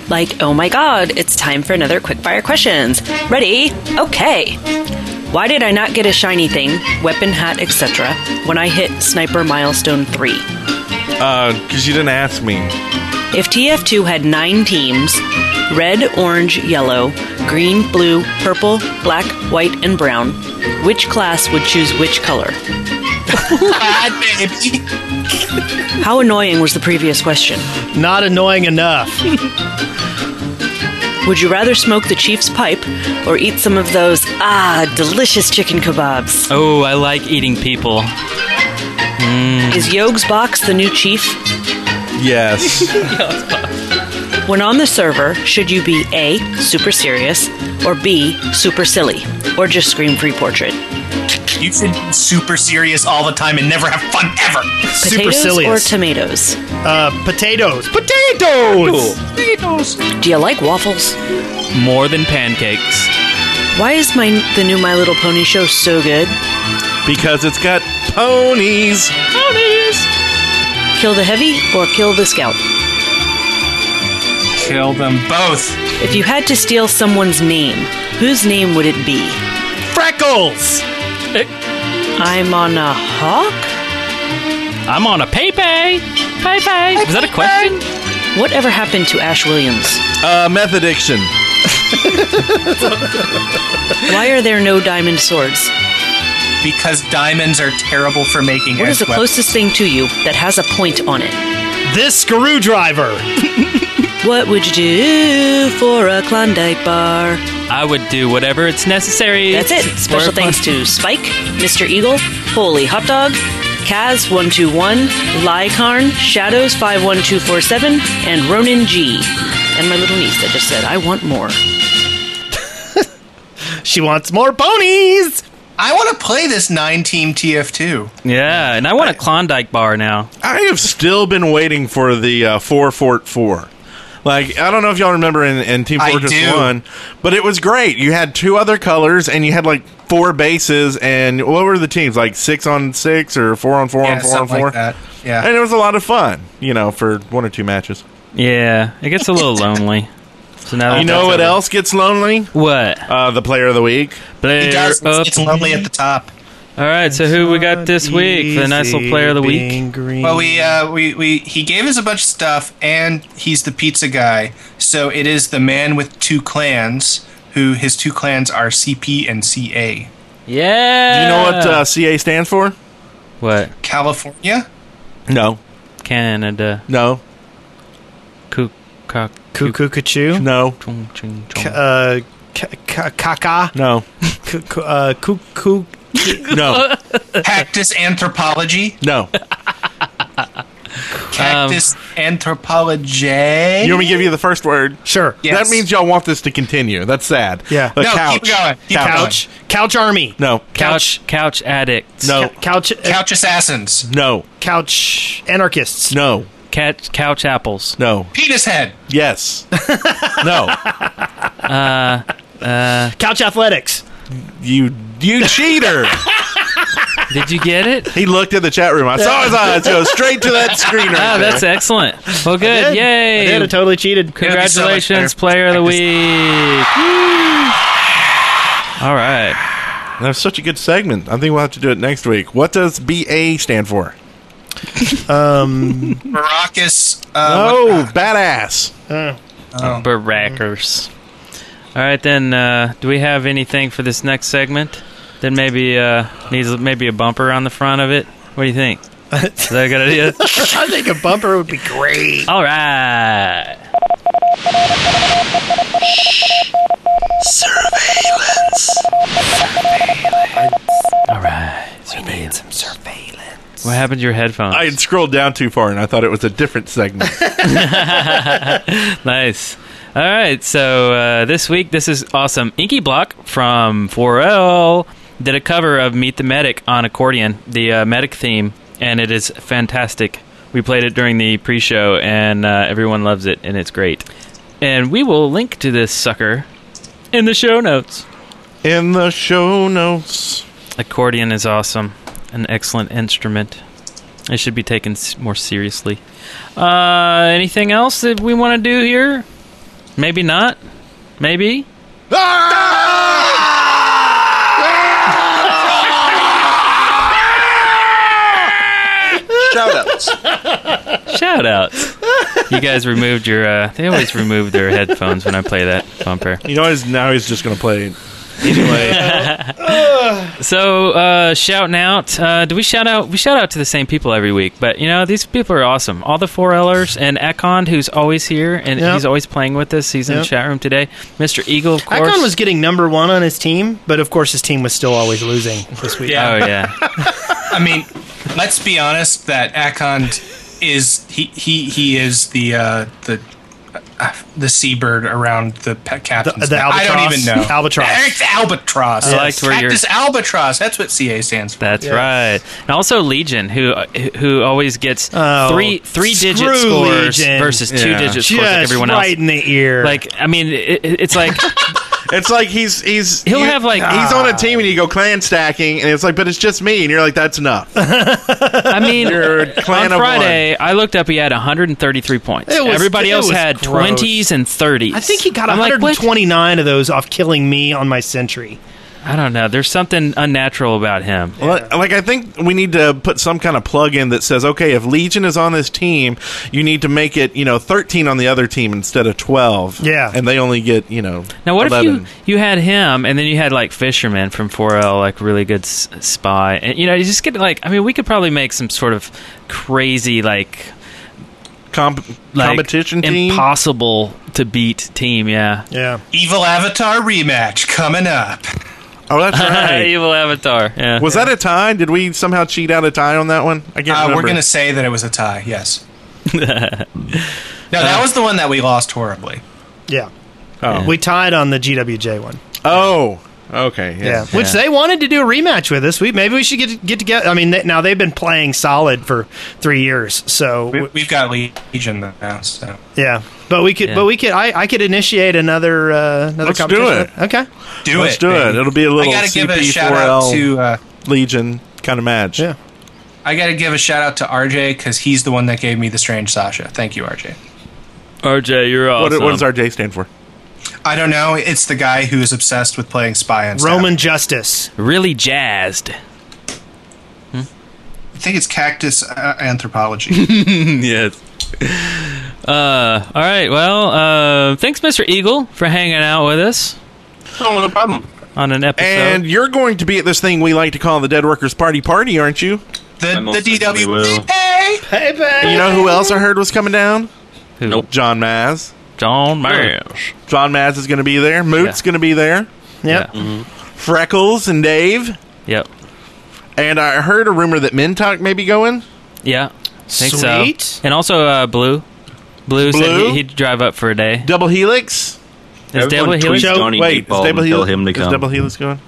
Speaker 14: Like, oh my god, it's time for another quickfire questions. Ready? Okay. Why did I not get a shiny thing, weapon hat, etc., when I hit sniper milestone 3?
Speaker 7: Because Uh, you didn't ask me.
Speaker 14: If TF2 had nine teams red, orange, yellow, green, blue, purple, black, white, and brown which class would choose which color? How annoying was the previous question?
Speaker 1: Not annoying enough.
Speaker 14: Would you rather smoke the chief's pipe or eat some of those, ah, delicious chicken kebabs?
Speaker 8: Oh, I hmm. like eating people.
Speaker 14: Is Yogg's box the new chief?
Speaker 7: Yes.
Speaker 14: When on the server, should you be A, super serious, or B, super silly, or just scream free portrait?
Speaker 6: You should be super serious all the time and never have fun ever.
Speaker 1: Super
Speaker 14: Potatoes
Speaker 1: silly.
Speaker 14: or tomatoes?
Speaker 1: Uh, potatoes. Potatoes!
Speaker 14: Do you like waffles?
Speaker 8: More than pancakes.
Speaker 14: Why is my the new My Little Pony show so good?
Speaker 7: because it's got ponies.
Speaker 14: Kill the heavy or kill the scout?
Speaker 6: Kill them both.
Speaker 14: If you had to steal someone's name, whose name would it be?
Speaker 1: Freckles!
Speaker 14: I'm on a hawk?
Speaker 8: I'm on a PayPay. PayPay. Was that a question?
Speaker 14: Whatever happened to Ash Williams?
Speaker 7: Uh, meth addiction.
Speaker 14: Why are there no diamond swords?
Speaker 6: Because diamonds are terrible for making.
Speaker 14: What is
Speaker 6: as
Speaker 14: the
Speaker 6: weapons.
Speaker 14: closest thing to you that has a point on it?
Speaker 1: This screwdriver.
Speaker 14: What would you do for a Klondike bar?
Speaker 8: I would do whatever it's necessary.
Speaker 14: That's it.
Speaker 8: for
Speaker 14: Special
Speaker 8: a-
Speaker 14: thanks to Spike, Mr. Eagle, Holy Hot Dog, Kaz121, Lycarn, Shadows51247, and Ronan G. And my little niece that just said, I want more.
Speaker 1: She wants more ponies.
Speaker 6: I want to play this nine-team TF2.
Speaker 8: Yeah, and I want a Klondike bar now.
Speaker 7: I have still been waiting for the uh, four fort four. Like I don't know if y'all remember in, in Team
Speaker 6: I
Speaker 7: Fortress
Speaker 6: do.
Speaker 7: One, but it was great. You had two other colors, and you had like four bases, and what were the teams like six on six or four on four
Speaker 6: Yeah,
Speaker 7: on four on
Speaker 6: something
Speaker 7: four?
Speaker 6: like that. Yeah.
Speaker 7: and it was a lot of fun. You know, for one or two matches.
Speaker 8: Yeah, it gets a little lonely. So now
Speaker 7: You
Speaker 8: that
Speaker 7: know
Speaker 8: that's
Speaker 7: what
Speaker 8: over-
Speaker 7: else gets lonely?
Speaker 8: What?
Speaker 7: Uh, the player of the week.
Speaker 8: Player of the
Speaker 6: the top.
Speaker 8: All right, so who we got this week for the nice little player of the week?
Speaker 6: Well, we uh, we we he gave us a bunch of stuff, and he's the pizza guy. So it is the man with two clans, who his two clans are CP and CA.
Speaker 8: Yeah.
Speaker 7: Do you know what uh, CA stands for?
Speaker 8: What?
Speaker 6: California.
Speaker 7: No.
Speaker 8: Canada.
Speaker 7: No.
Speaker 1: Cuckoo
Speaker 7: No.
Speaker 1: K- uh, k- k- Kaka.
Speaker 7: No.
Speaker 1: K- k- uh, cuckoo.
Speaker 7: No.
Speaker 6: Cactus anthropology.
Speaker 7: No.
Speaker 6: Cactus anthropology. You
Speaker 7: Um, You want me to give you the first word?
Speaker 1: Sure.
Speaker 6: Yes.
Speaker 7: That means y'all want this to continue. That's sad.
Speaker 1: Yeah.
Speaker 7: The
Speaker 1: No, keep
Speaker 7: couch.
Speaker 1: going. Keep
Speaker 7: couch.
Speaker 1: going. Couch army.
Speaker 7: No.
Speaker 8: Couch. Couch addicts.
Speaker 7: No.
Speaker 1: Couch. uh,
Speaker 6: Couch assassins.
Speaker 7: No.
Speaker 1: Couch anarchists.
Speaker 7: No.
Speaker 8: Couch. Couch apples.
Speaker 7: No.
Speaker 6: Penis head.
Speaker 7: Yes. no.
Speaker 8: Uh. Uh.
Speaker 1: Couch athletics.
Speaker 7: You you cheater.
Speaker 8: Did you get it?
Speaker 7: He looked at the chat room. I saw his eyes go straight to that screen right
Speaker 8: Ah,
Speaker 7: there.
Speaker 8: that's excellent. Well, good.
Speaker 1: I did.
Speaker 8: Yay.
Speaker 1: I did. I totally cheated.
Speaker 8: Congratulations, player of the week. All right.
Speaker 7: That was such a good segment. I think we'll have to do it next week. What does BA stand for?
Speaker 1: Um.
Speaker 6: Maracas.
Speaker 7: oh,
Speaker 6: Uh,
Speaker 7: badass.
Speaker 1: uh,
Speaker 6: Oh.
Speaker 8: Barackers. All right, then. Uh, do we have anything for this next segment? Then maybe uh, needs maybe a bumper on the front of it. What do you think? Is that a good idea?
Speaker 1: I think a bumper would be great.
Speaker 8: All right.
Speaker 3: Surveillance.
Speaker 8: All right. Surveillance. We need some surveillance. What happened to your headphones?
Speaker 7: I had scrolled down too far and I thought it was a different segment.
Speaker 8: nice. All right. So uh, this week, this is awesome. Inky Block from 4L did a cover of Meet the Medic on accordion, the uh, medic theme, and it is fantastic. We played it during the pre show, and uh, everyone loves it, and it's great. And we will link to this sucker in the show notes.
Speaker 7: In the show notes.
Speaker 8: Accordion is awesome, an excellent instrument. It should be taken s- more seriously. Uh, anything else that we want to do here? Maybe not. Maybe.
Speaker 1: Ah!
Speaker 7: Ah!
Speaker 8: Shout out. You guys removed your. Uh, they always remove their headphones when I play that bumper.
Speaker 7: You know, he's, now he's just going to play. Anyway,
Speaker 8: So uh, shouting out. Uh, do we shout out? We shout out to the same people every week, but you know these people are awesome. All the four Lers and Akon, who's always here and
Speaker 1: Yep.
Speaker 8: he's always playing with us. He's in the
Speaker 1: Yep.
Speaker 8: chat room today. Mr. Eagle, of course.
Speaker 1: Akon was getting number one on his team, but of course his team was still always losing this week.
Speaker 8: Oh yeah.
Speaker 6: I mean, let's be honest. That Akon is he he he is the uh, the uh, the seabird around the pe- captain's.
Speaker 1: The- the
Speaker 6: neck. I don't
Speaker 1: albatross?
Speaker 6: even know
Speaker 1: Albatross.
Speaker 6: It's albatross.
Speaker 8: I liked where you're-
Speaker 6: Cactus albatross. That's what CA stands for.
Speaker 8: That's
Speaker 6: Yeah.
Speaker 8: right. And also Legion, who who always gets
Speaker 1: Oh,
Speaker 8: three three digit
Speaker 1: screw
Speaker 8: scores
Speaker 1: Legion.
Speaker 8: versus two
Speaker 1: Yeah.
Speaker 8: digit scores like
Speaker 1: Just
Speaker 8: everyone else.
Speaker 1: right in the ear.
Speaker 8: Like I mean, it, it- it's like
Speaker 7: It's like he's he's
Speaker 8: He'll have, like-
Speaker 1: Ah.
Speaker 7: he's on a team and you go clan stacking and it's like but it's just me and you're like that's enough.
Speaker 8: I mean,
Speaker 7: clan
Speaker 8: on
Speaker 7: of one.
Speaker 8: Friday, I looked up. He had 133 points.
Speaker 1: It was-
Speaker 8: Everybody
Speaker 1: it
Speaker 8: else
Speaker 1: was
Speaker 8: had
Speaker 1: gross.
Speaker 8: 20s and 30s.
Speaker 1: I think he got
Speaker 8: I'm like, what?
Speaker 1: 129 of those off killing me on my century.
Speaker 8: I don't know. There's something unnatural about him.
Speaker 7: Well, Like I think we need to put some kind of plug in that says, okay, if Legion is on this team, you need to make it you know 13 on the other team instead of 12. Yeah, and they only get you know
Speaker 8: Now, what
Speaker 7: 11.
Speaker 8: if you you had him, and then you had like Fisherman from 4L, like really good s- spy, and you know you just get like I mean we could probably make some sort of crazy like.
Speaker 7: Comp-
Speaker 6: competition team?
Speaker 8: impossible to beat team yeah
Speaker 1: yeah
Speaker 6: Evil Avatar rematch coming up.
Speaker 7: Oh, that's right.
Speaker 8: evil avatar yeah
Speaker 7: Was that a tie? Did we somehow cheat out a tie on that one? I can't
Speaker 6: Uh, we're
Speaker 7: remember.
Speaker 6: gonna say that it was a tie. Yes. No,
Speaker 8: Uh,
Speaker 6: that was the one that we lost horribly.
Speaker 1: Yeah.
Speaker 7: Oh.
Speaker 1: We tied on the GWJ one.
Speaker 7: Oh, okay.
Speaker 1: Yeah. Which they wanted to do a rematch with us. We maybe we should get get together. I mean, they, now they've been playing solid for 3 years. So
Speaker 6: We, we've got Legion now, so
Speaker 1: yeah. But we could
Speaker 6: Yeah.
Speaker 1: but we could I, I could initiate another uh, another
Speaker 6: Let's do
Speaker 1: competition.
Speaker 7: it.
Speaker 1: Okay.
Speaker 6: do
Speaker 7: Let's
Speaker 6: it,
Speaker 7: do
Speaker 6: baby.
Speaker 7: it. It'll be a
Speaker 6: I
Speaker 7: little
Speaker 6: gotta give a shout out
Speaker 7: CP4L
Speaker 6: to, uh,
Speaker 7: Legion kind of match. Yeah.
Speaker 6: I got to give a shout out to RJ because he's the one that gave me the strange Sasha. Thank you, RJ.
Speaker 8: RJ, you're
Speaker 7: What,
Speaker 8: awesome.
Speaker 7: what does RJ stand for?
Speaker 6: I don't know. It's the guy who is obsessed with playing spy and stuff.
Speaker 1: Roman Justice.
Speaker 8: Really jazzed.
Speaker 6: I think it's cactus uh, anthropology.
Speaker 8: yes. Uh, all right. Well, uh, thanks, Mr. Eagle, for hanging out with us.
Speaker 7: Oh, no problem.
Speaker 8: On an episode.
Speaker 7: And you're going to be at this thing we like to call the Dead Workers Party Party, aren't you?
Speaker 6: The, E.
Speaker 7: the DW.
Speaker 6: Hey,
Speaker 1: hey, babe.
Speaker 7: You know who else I heard was coming down?
Speaker 8: Nope.
Speaker 7: John Maz.
Speaker 8: John Maz.
Speaker 7: John Maz is going to be there. Moot's going to be there.
Speaker 1: Yep.
Speaker 8: Mm-hmm.
Speaker 7: Freckles and Dave.
Speaker 8: Yep.
Speaker 7: And I heard a rumor that Mintok may be going.
Speaker 8: Yeah. Think
Speaker 7: Sweet.
Speaker 8: so. And also, uh, Blue. Blue, said
Speaker 7: Blue?
Speaker 8: he, he'd drive up for a day.
Speaker 7: Double Helix.
Speaker 8: Is Double Helix?
Speaker 7: Wait, is Double Helix, is Double Helix going?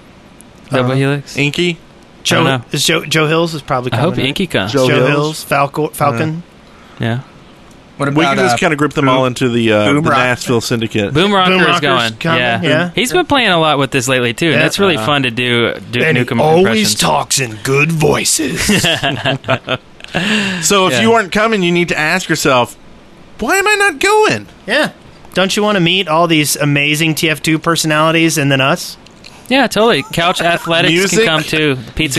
Speaker 8: Uh, Double Helix.
Speaker 7: Inky.
Speaker 8: I
Speaker 1: Joe
Speaker 8: don't
Speaker 1: is Joe Joe Hills is probably
Speaker 8: I
Speaker 1: coming.
Speaker 8: hope
Speaker 1: up.
Speaker 8: Inky comes.
Speaker 1: Joe,
Speaker 8: Joe
Speaker 1: Hills,
Speaker 8: Hills.
Speaker 1: Falco- Falcon.
Speaker 8: Yeah.
Speaker 6: What
Speaker 7: we can just kind of group them all into the, uh, the
Speaker 8: Boom Rock-
Speaker 7: Nashville Syndicate.
Speaker 8: Boom Rocker
Speaker 1: Boom
Speaker 8: is
Speaker 1: Rocker's
Speaker 8: going.
Speaker 1: coming,
Speaker 8: Yeah.
Speaker 1: yeah.
Speaker 8: He's been playing a lot with this lately, too, and
Speaker 1: Yeah.
Speaker 8: that's really
Speaker 1: Uh-huh.
Speaker 8: fun to do. do
Speaker 1: and he
Speaker 8: Nukem
Speaker 1: always
Speaker 8: impressions.
Speaker 1: talks in good voices.
Speaker 7: So if
Speaker 1: Yeah.
Speaker 7: you aren't coming, you need to ask yourself, why am I not going?
Speaker 1: yeah. Don't you want to meet all these amazing TF2 personalities and then us?
Speaker 8: Yeah, totally. Couch athletics
Speaker 1: Music,
Speaker 8: can come too. Pizza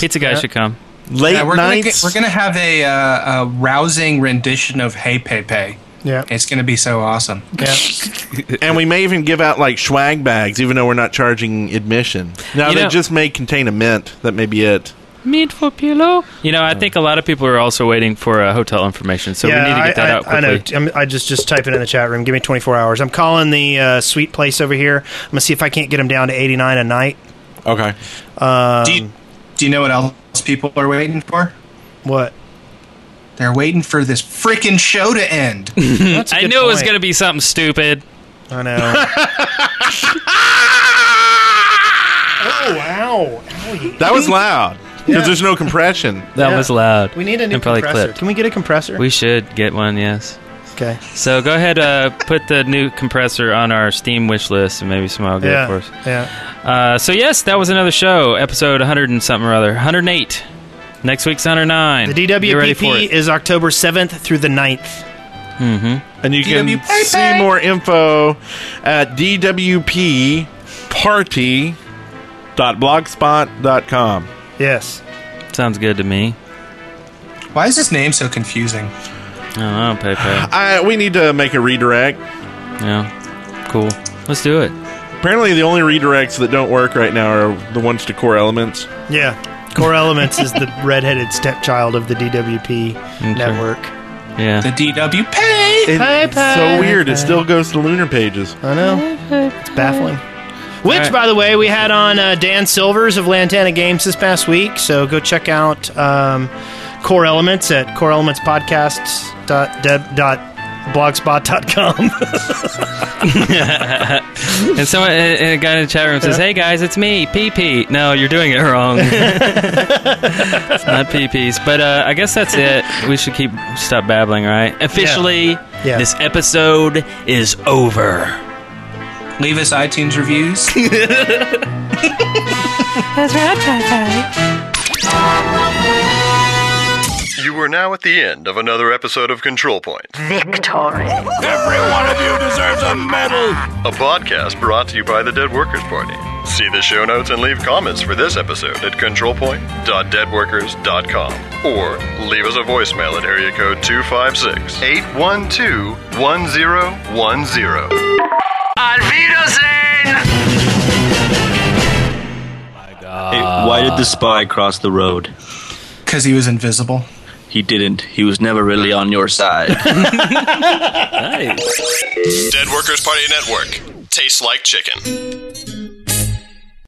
Speaker 8: guy. Pizza guy
Speaker 6: Yeah.
Speaker 8: should come.
Speaker 6: Yeah, we're Gonna get- we're gonna have a, uh, a rousing rendition of Hey Pepe.
Speaker 1: Yeah.
Speaker 6: It's gonna be so awesome.
Speaker 1: Yeah.
Speaker 7: and we may even give out like swag bags, even though we're not charging admission. Now
Speaker 8: You
Speaker 7: they
Speaker 8: know-
Speaker 7: just may contain a mint. That may be it.
Speaker 8: Meat for pillow. You know, I think a lot of people are also waiting for uh, hotel information, so we need to get that
Speaker 1: I,
Speaker 8: out
Speaker 1: I, I
Speaker 8: quickly.
Speaker 1: know. I'm, I just just type it in the chat room. Give me 24 hours. I'm calling the uh, sweet place over here. I'm gonna see if I can't get them down to 89 a night.
Speaker 7: Okay.
Speaker 1: Um,
Speaker 6: do, you, do you know what else people are waiting for?
Speaker 1: What?
Speaker 6: They're waiting for this freaking show to end.
Speaker 8: I knew it was going to be something stupid.
Speaker 1: I know. oh wow! Owie.
Speaker 7: That was loud because
Speaker 1: Yeah.
Speaker 7: there's no compression.
Speaker 8: That was loud.
Speaker 1: We need a new
Speaker 8: And probably
Speaker 1: compressor.
Speaker 8: clipped.
Speaker 1: Can we get a compressor?
Speaker 8: We should get one, yes.
Speaker 1: Okay.
Speaker 8: So go ahead, uh, put the new compressor on our Steam wish list, and maybe someone will get
Speaker 1: Yeah,
Speaker 8: it for us.
Speaker 1: yeah.
Speaker 8: Uh, so yes, that was another show, episode 100 and something or other, 108. Next week's 109.
Speaker 1: The
Speaker 8: Get ready for
Speaker 1: DWPP
Speaker 8: it.
Speaker 1: is October 7th through the 9th.
Speaker 8: Mm-hmm.
Speaker 7: And you can
Speaker 1: DWP.
Speaker 7: see more info at dwpparty.blogspot.com.
Speaker 1: Yes.
Speaker 8: Sounds good to me.
Speaker 6: Why is this name so confusing?
Speaker 8: I don't know, Pepe.
Speaker 7: I, we need to make a redirect.
Speaker 8: Yeah. Cool. Let's do it.
Speaker 7: Apparently, the only redirects that don't work right now are the ones to core elements.
Speaker 1: Yeah. Core Elements is the redheaded stepchild of the DWP network.
Speaker 8: Yeah.
Speaker 6: The DWP.
Speaker 7: It's so weird. It still goes to lunar pages.
Speaker 1: I know. It's baffling. Which,
Speaker 7: All right.
Speaker 1: by the way, we had on uh, Dan Silvers of Lantana Games this past week. So go check out um, Core Elements at coreelementspodcast.blogspot.com.
Speaker 8: and someone, and and a guy in the chat room says, "Hey guys, it's me, PP." No, you're doing it wrong. it's not PPs, but uh, I guess that's it. We should keep stop babbling, right? Officially,
Speaker 1: Yeah.
Speaker 8: this episode is over.
Speaker 6: Leave us iTunes reviews.
Speaker 14: That's right,
Speaker 15: You are now at the end of another episode of Control Point,
Speaker 2: Victory.
Speaker 3: Every one of you deserves a medal.
Speaker 15: a podcast brought to you by the Dead Workers Party. See the show notes and leave comments for this episode at controlpoint.deadworkers.com or leave us a voicemail at area code 256 812 1010.
Speaker 9: why did the spy cross the road?
Speaker 6: Because he was invisible.
Speaker 9: He didn't. He was never really on your side.
Speaker 15: Dead Workers Party Network. Tastes like chicken.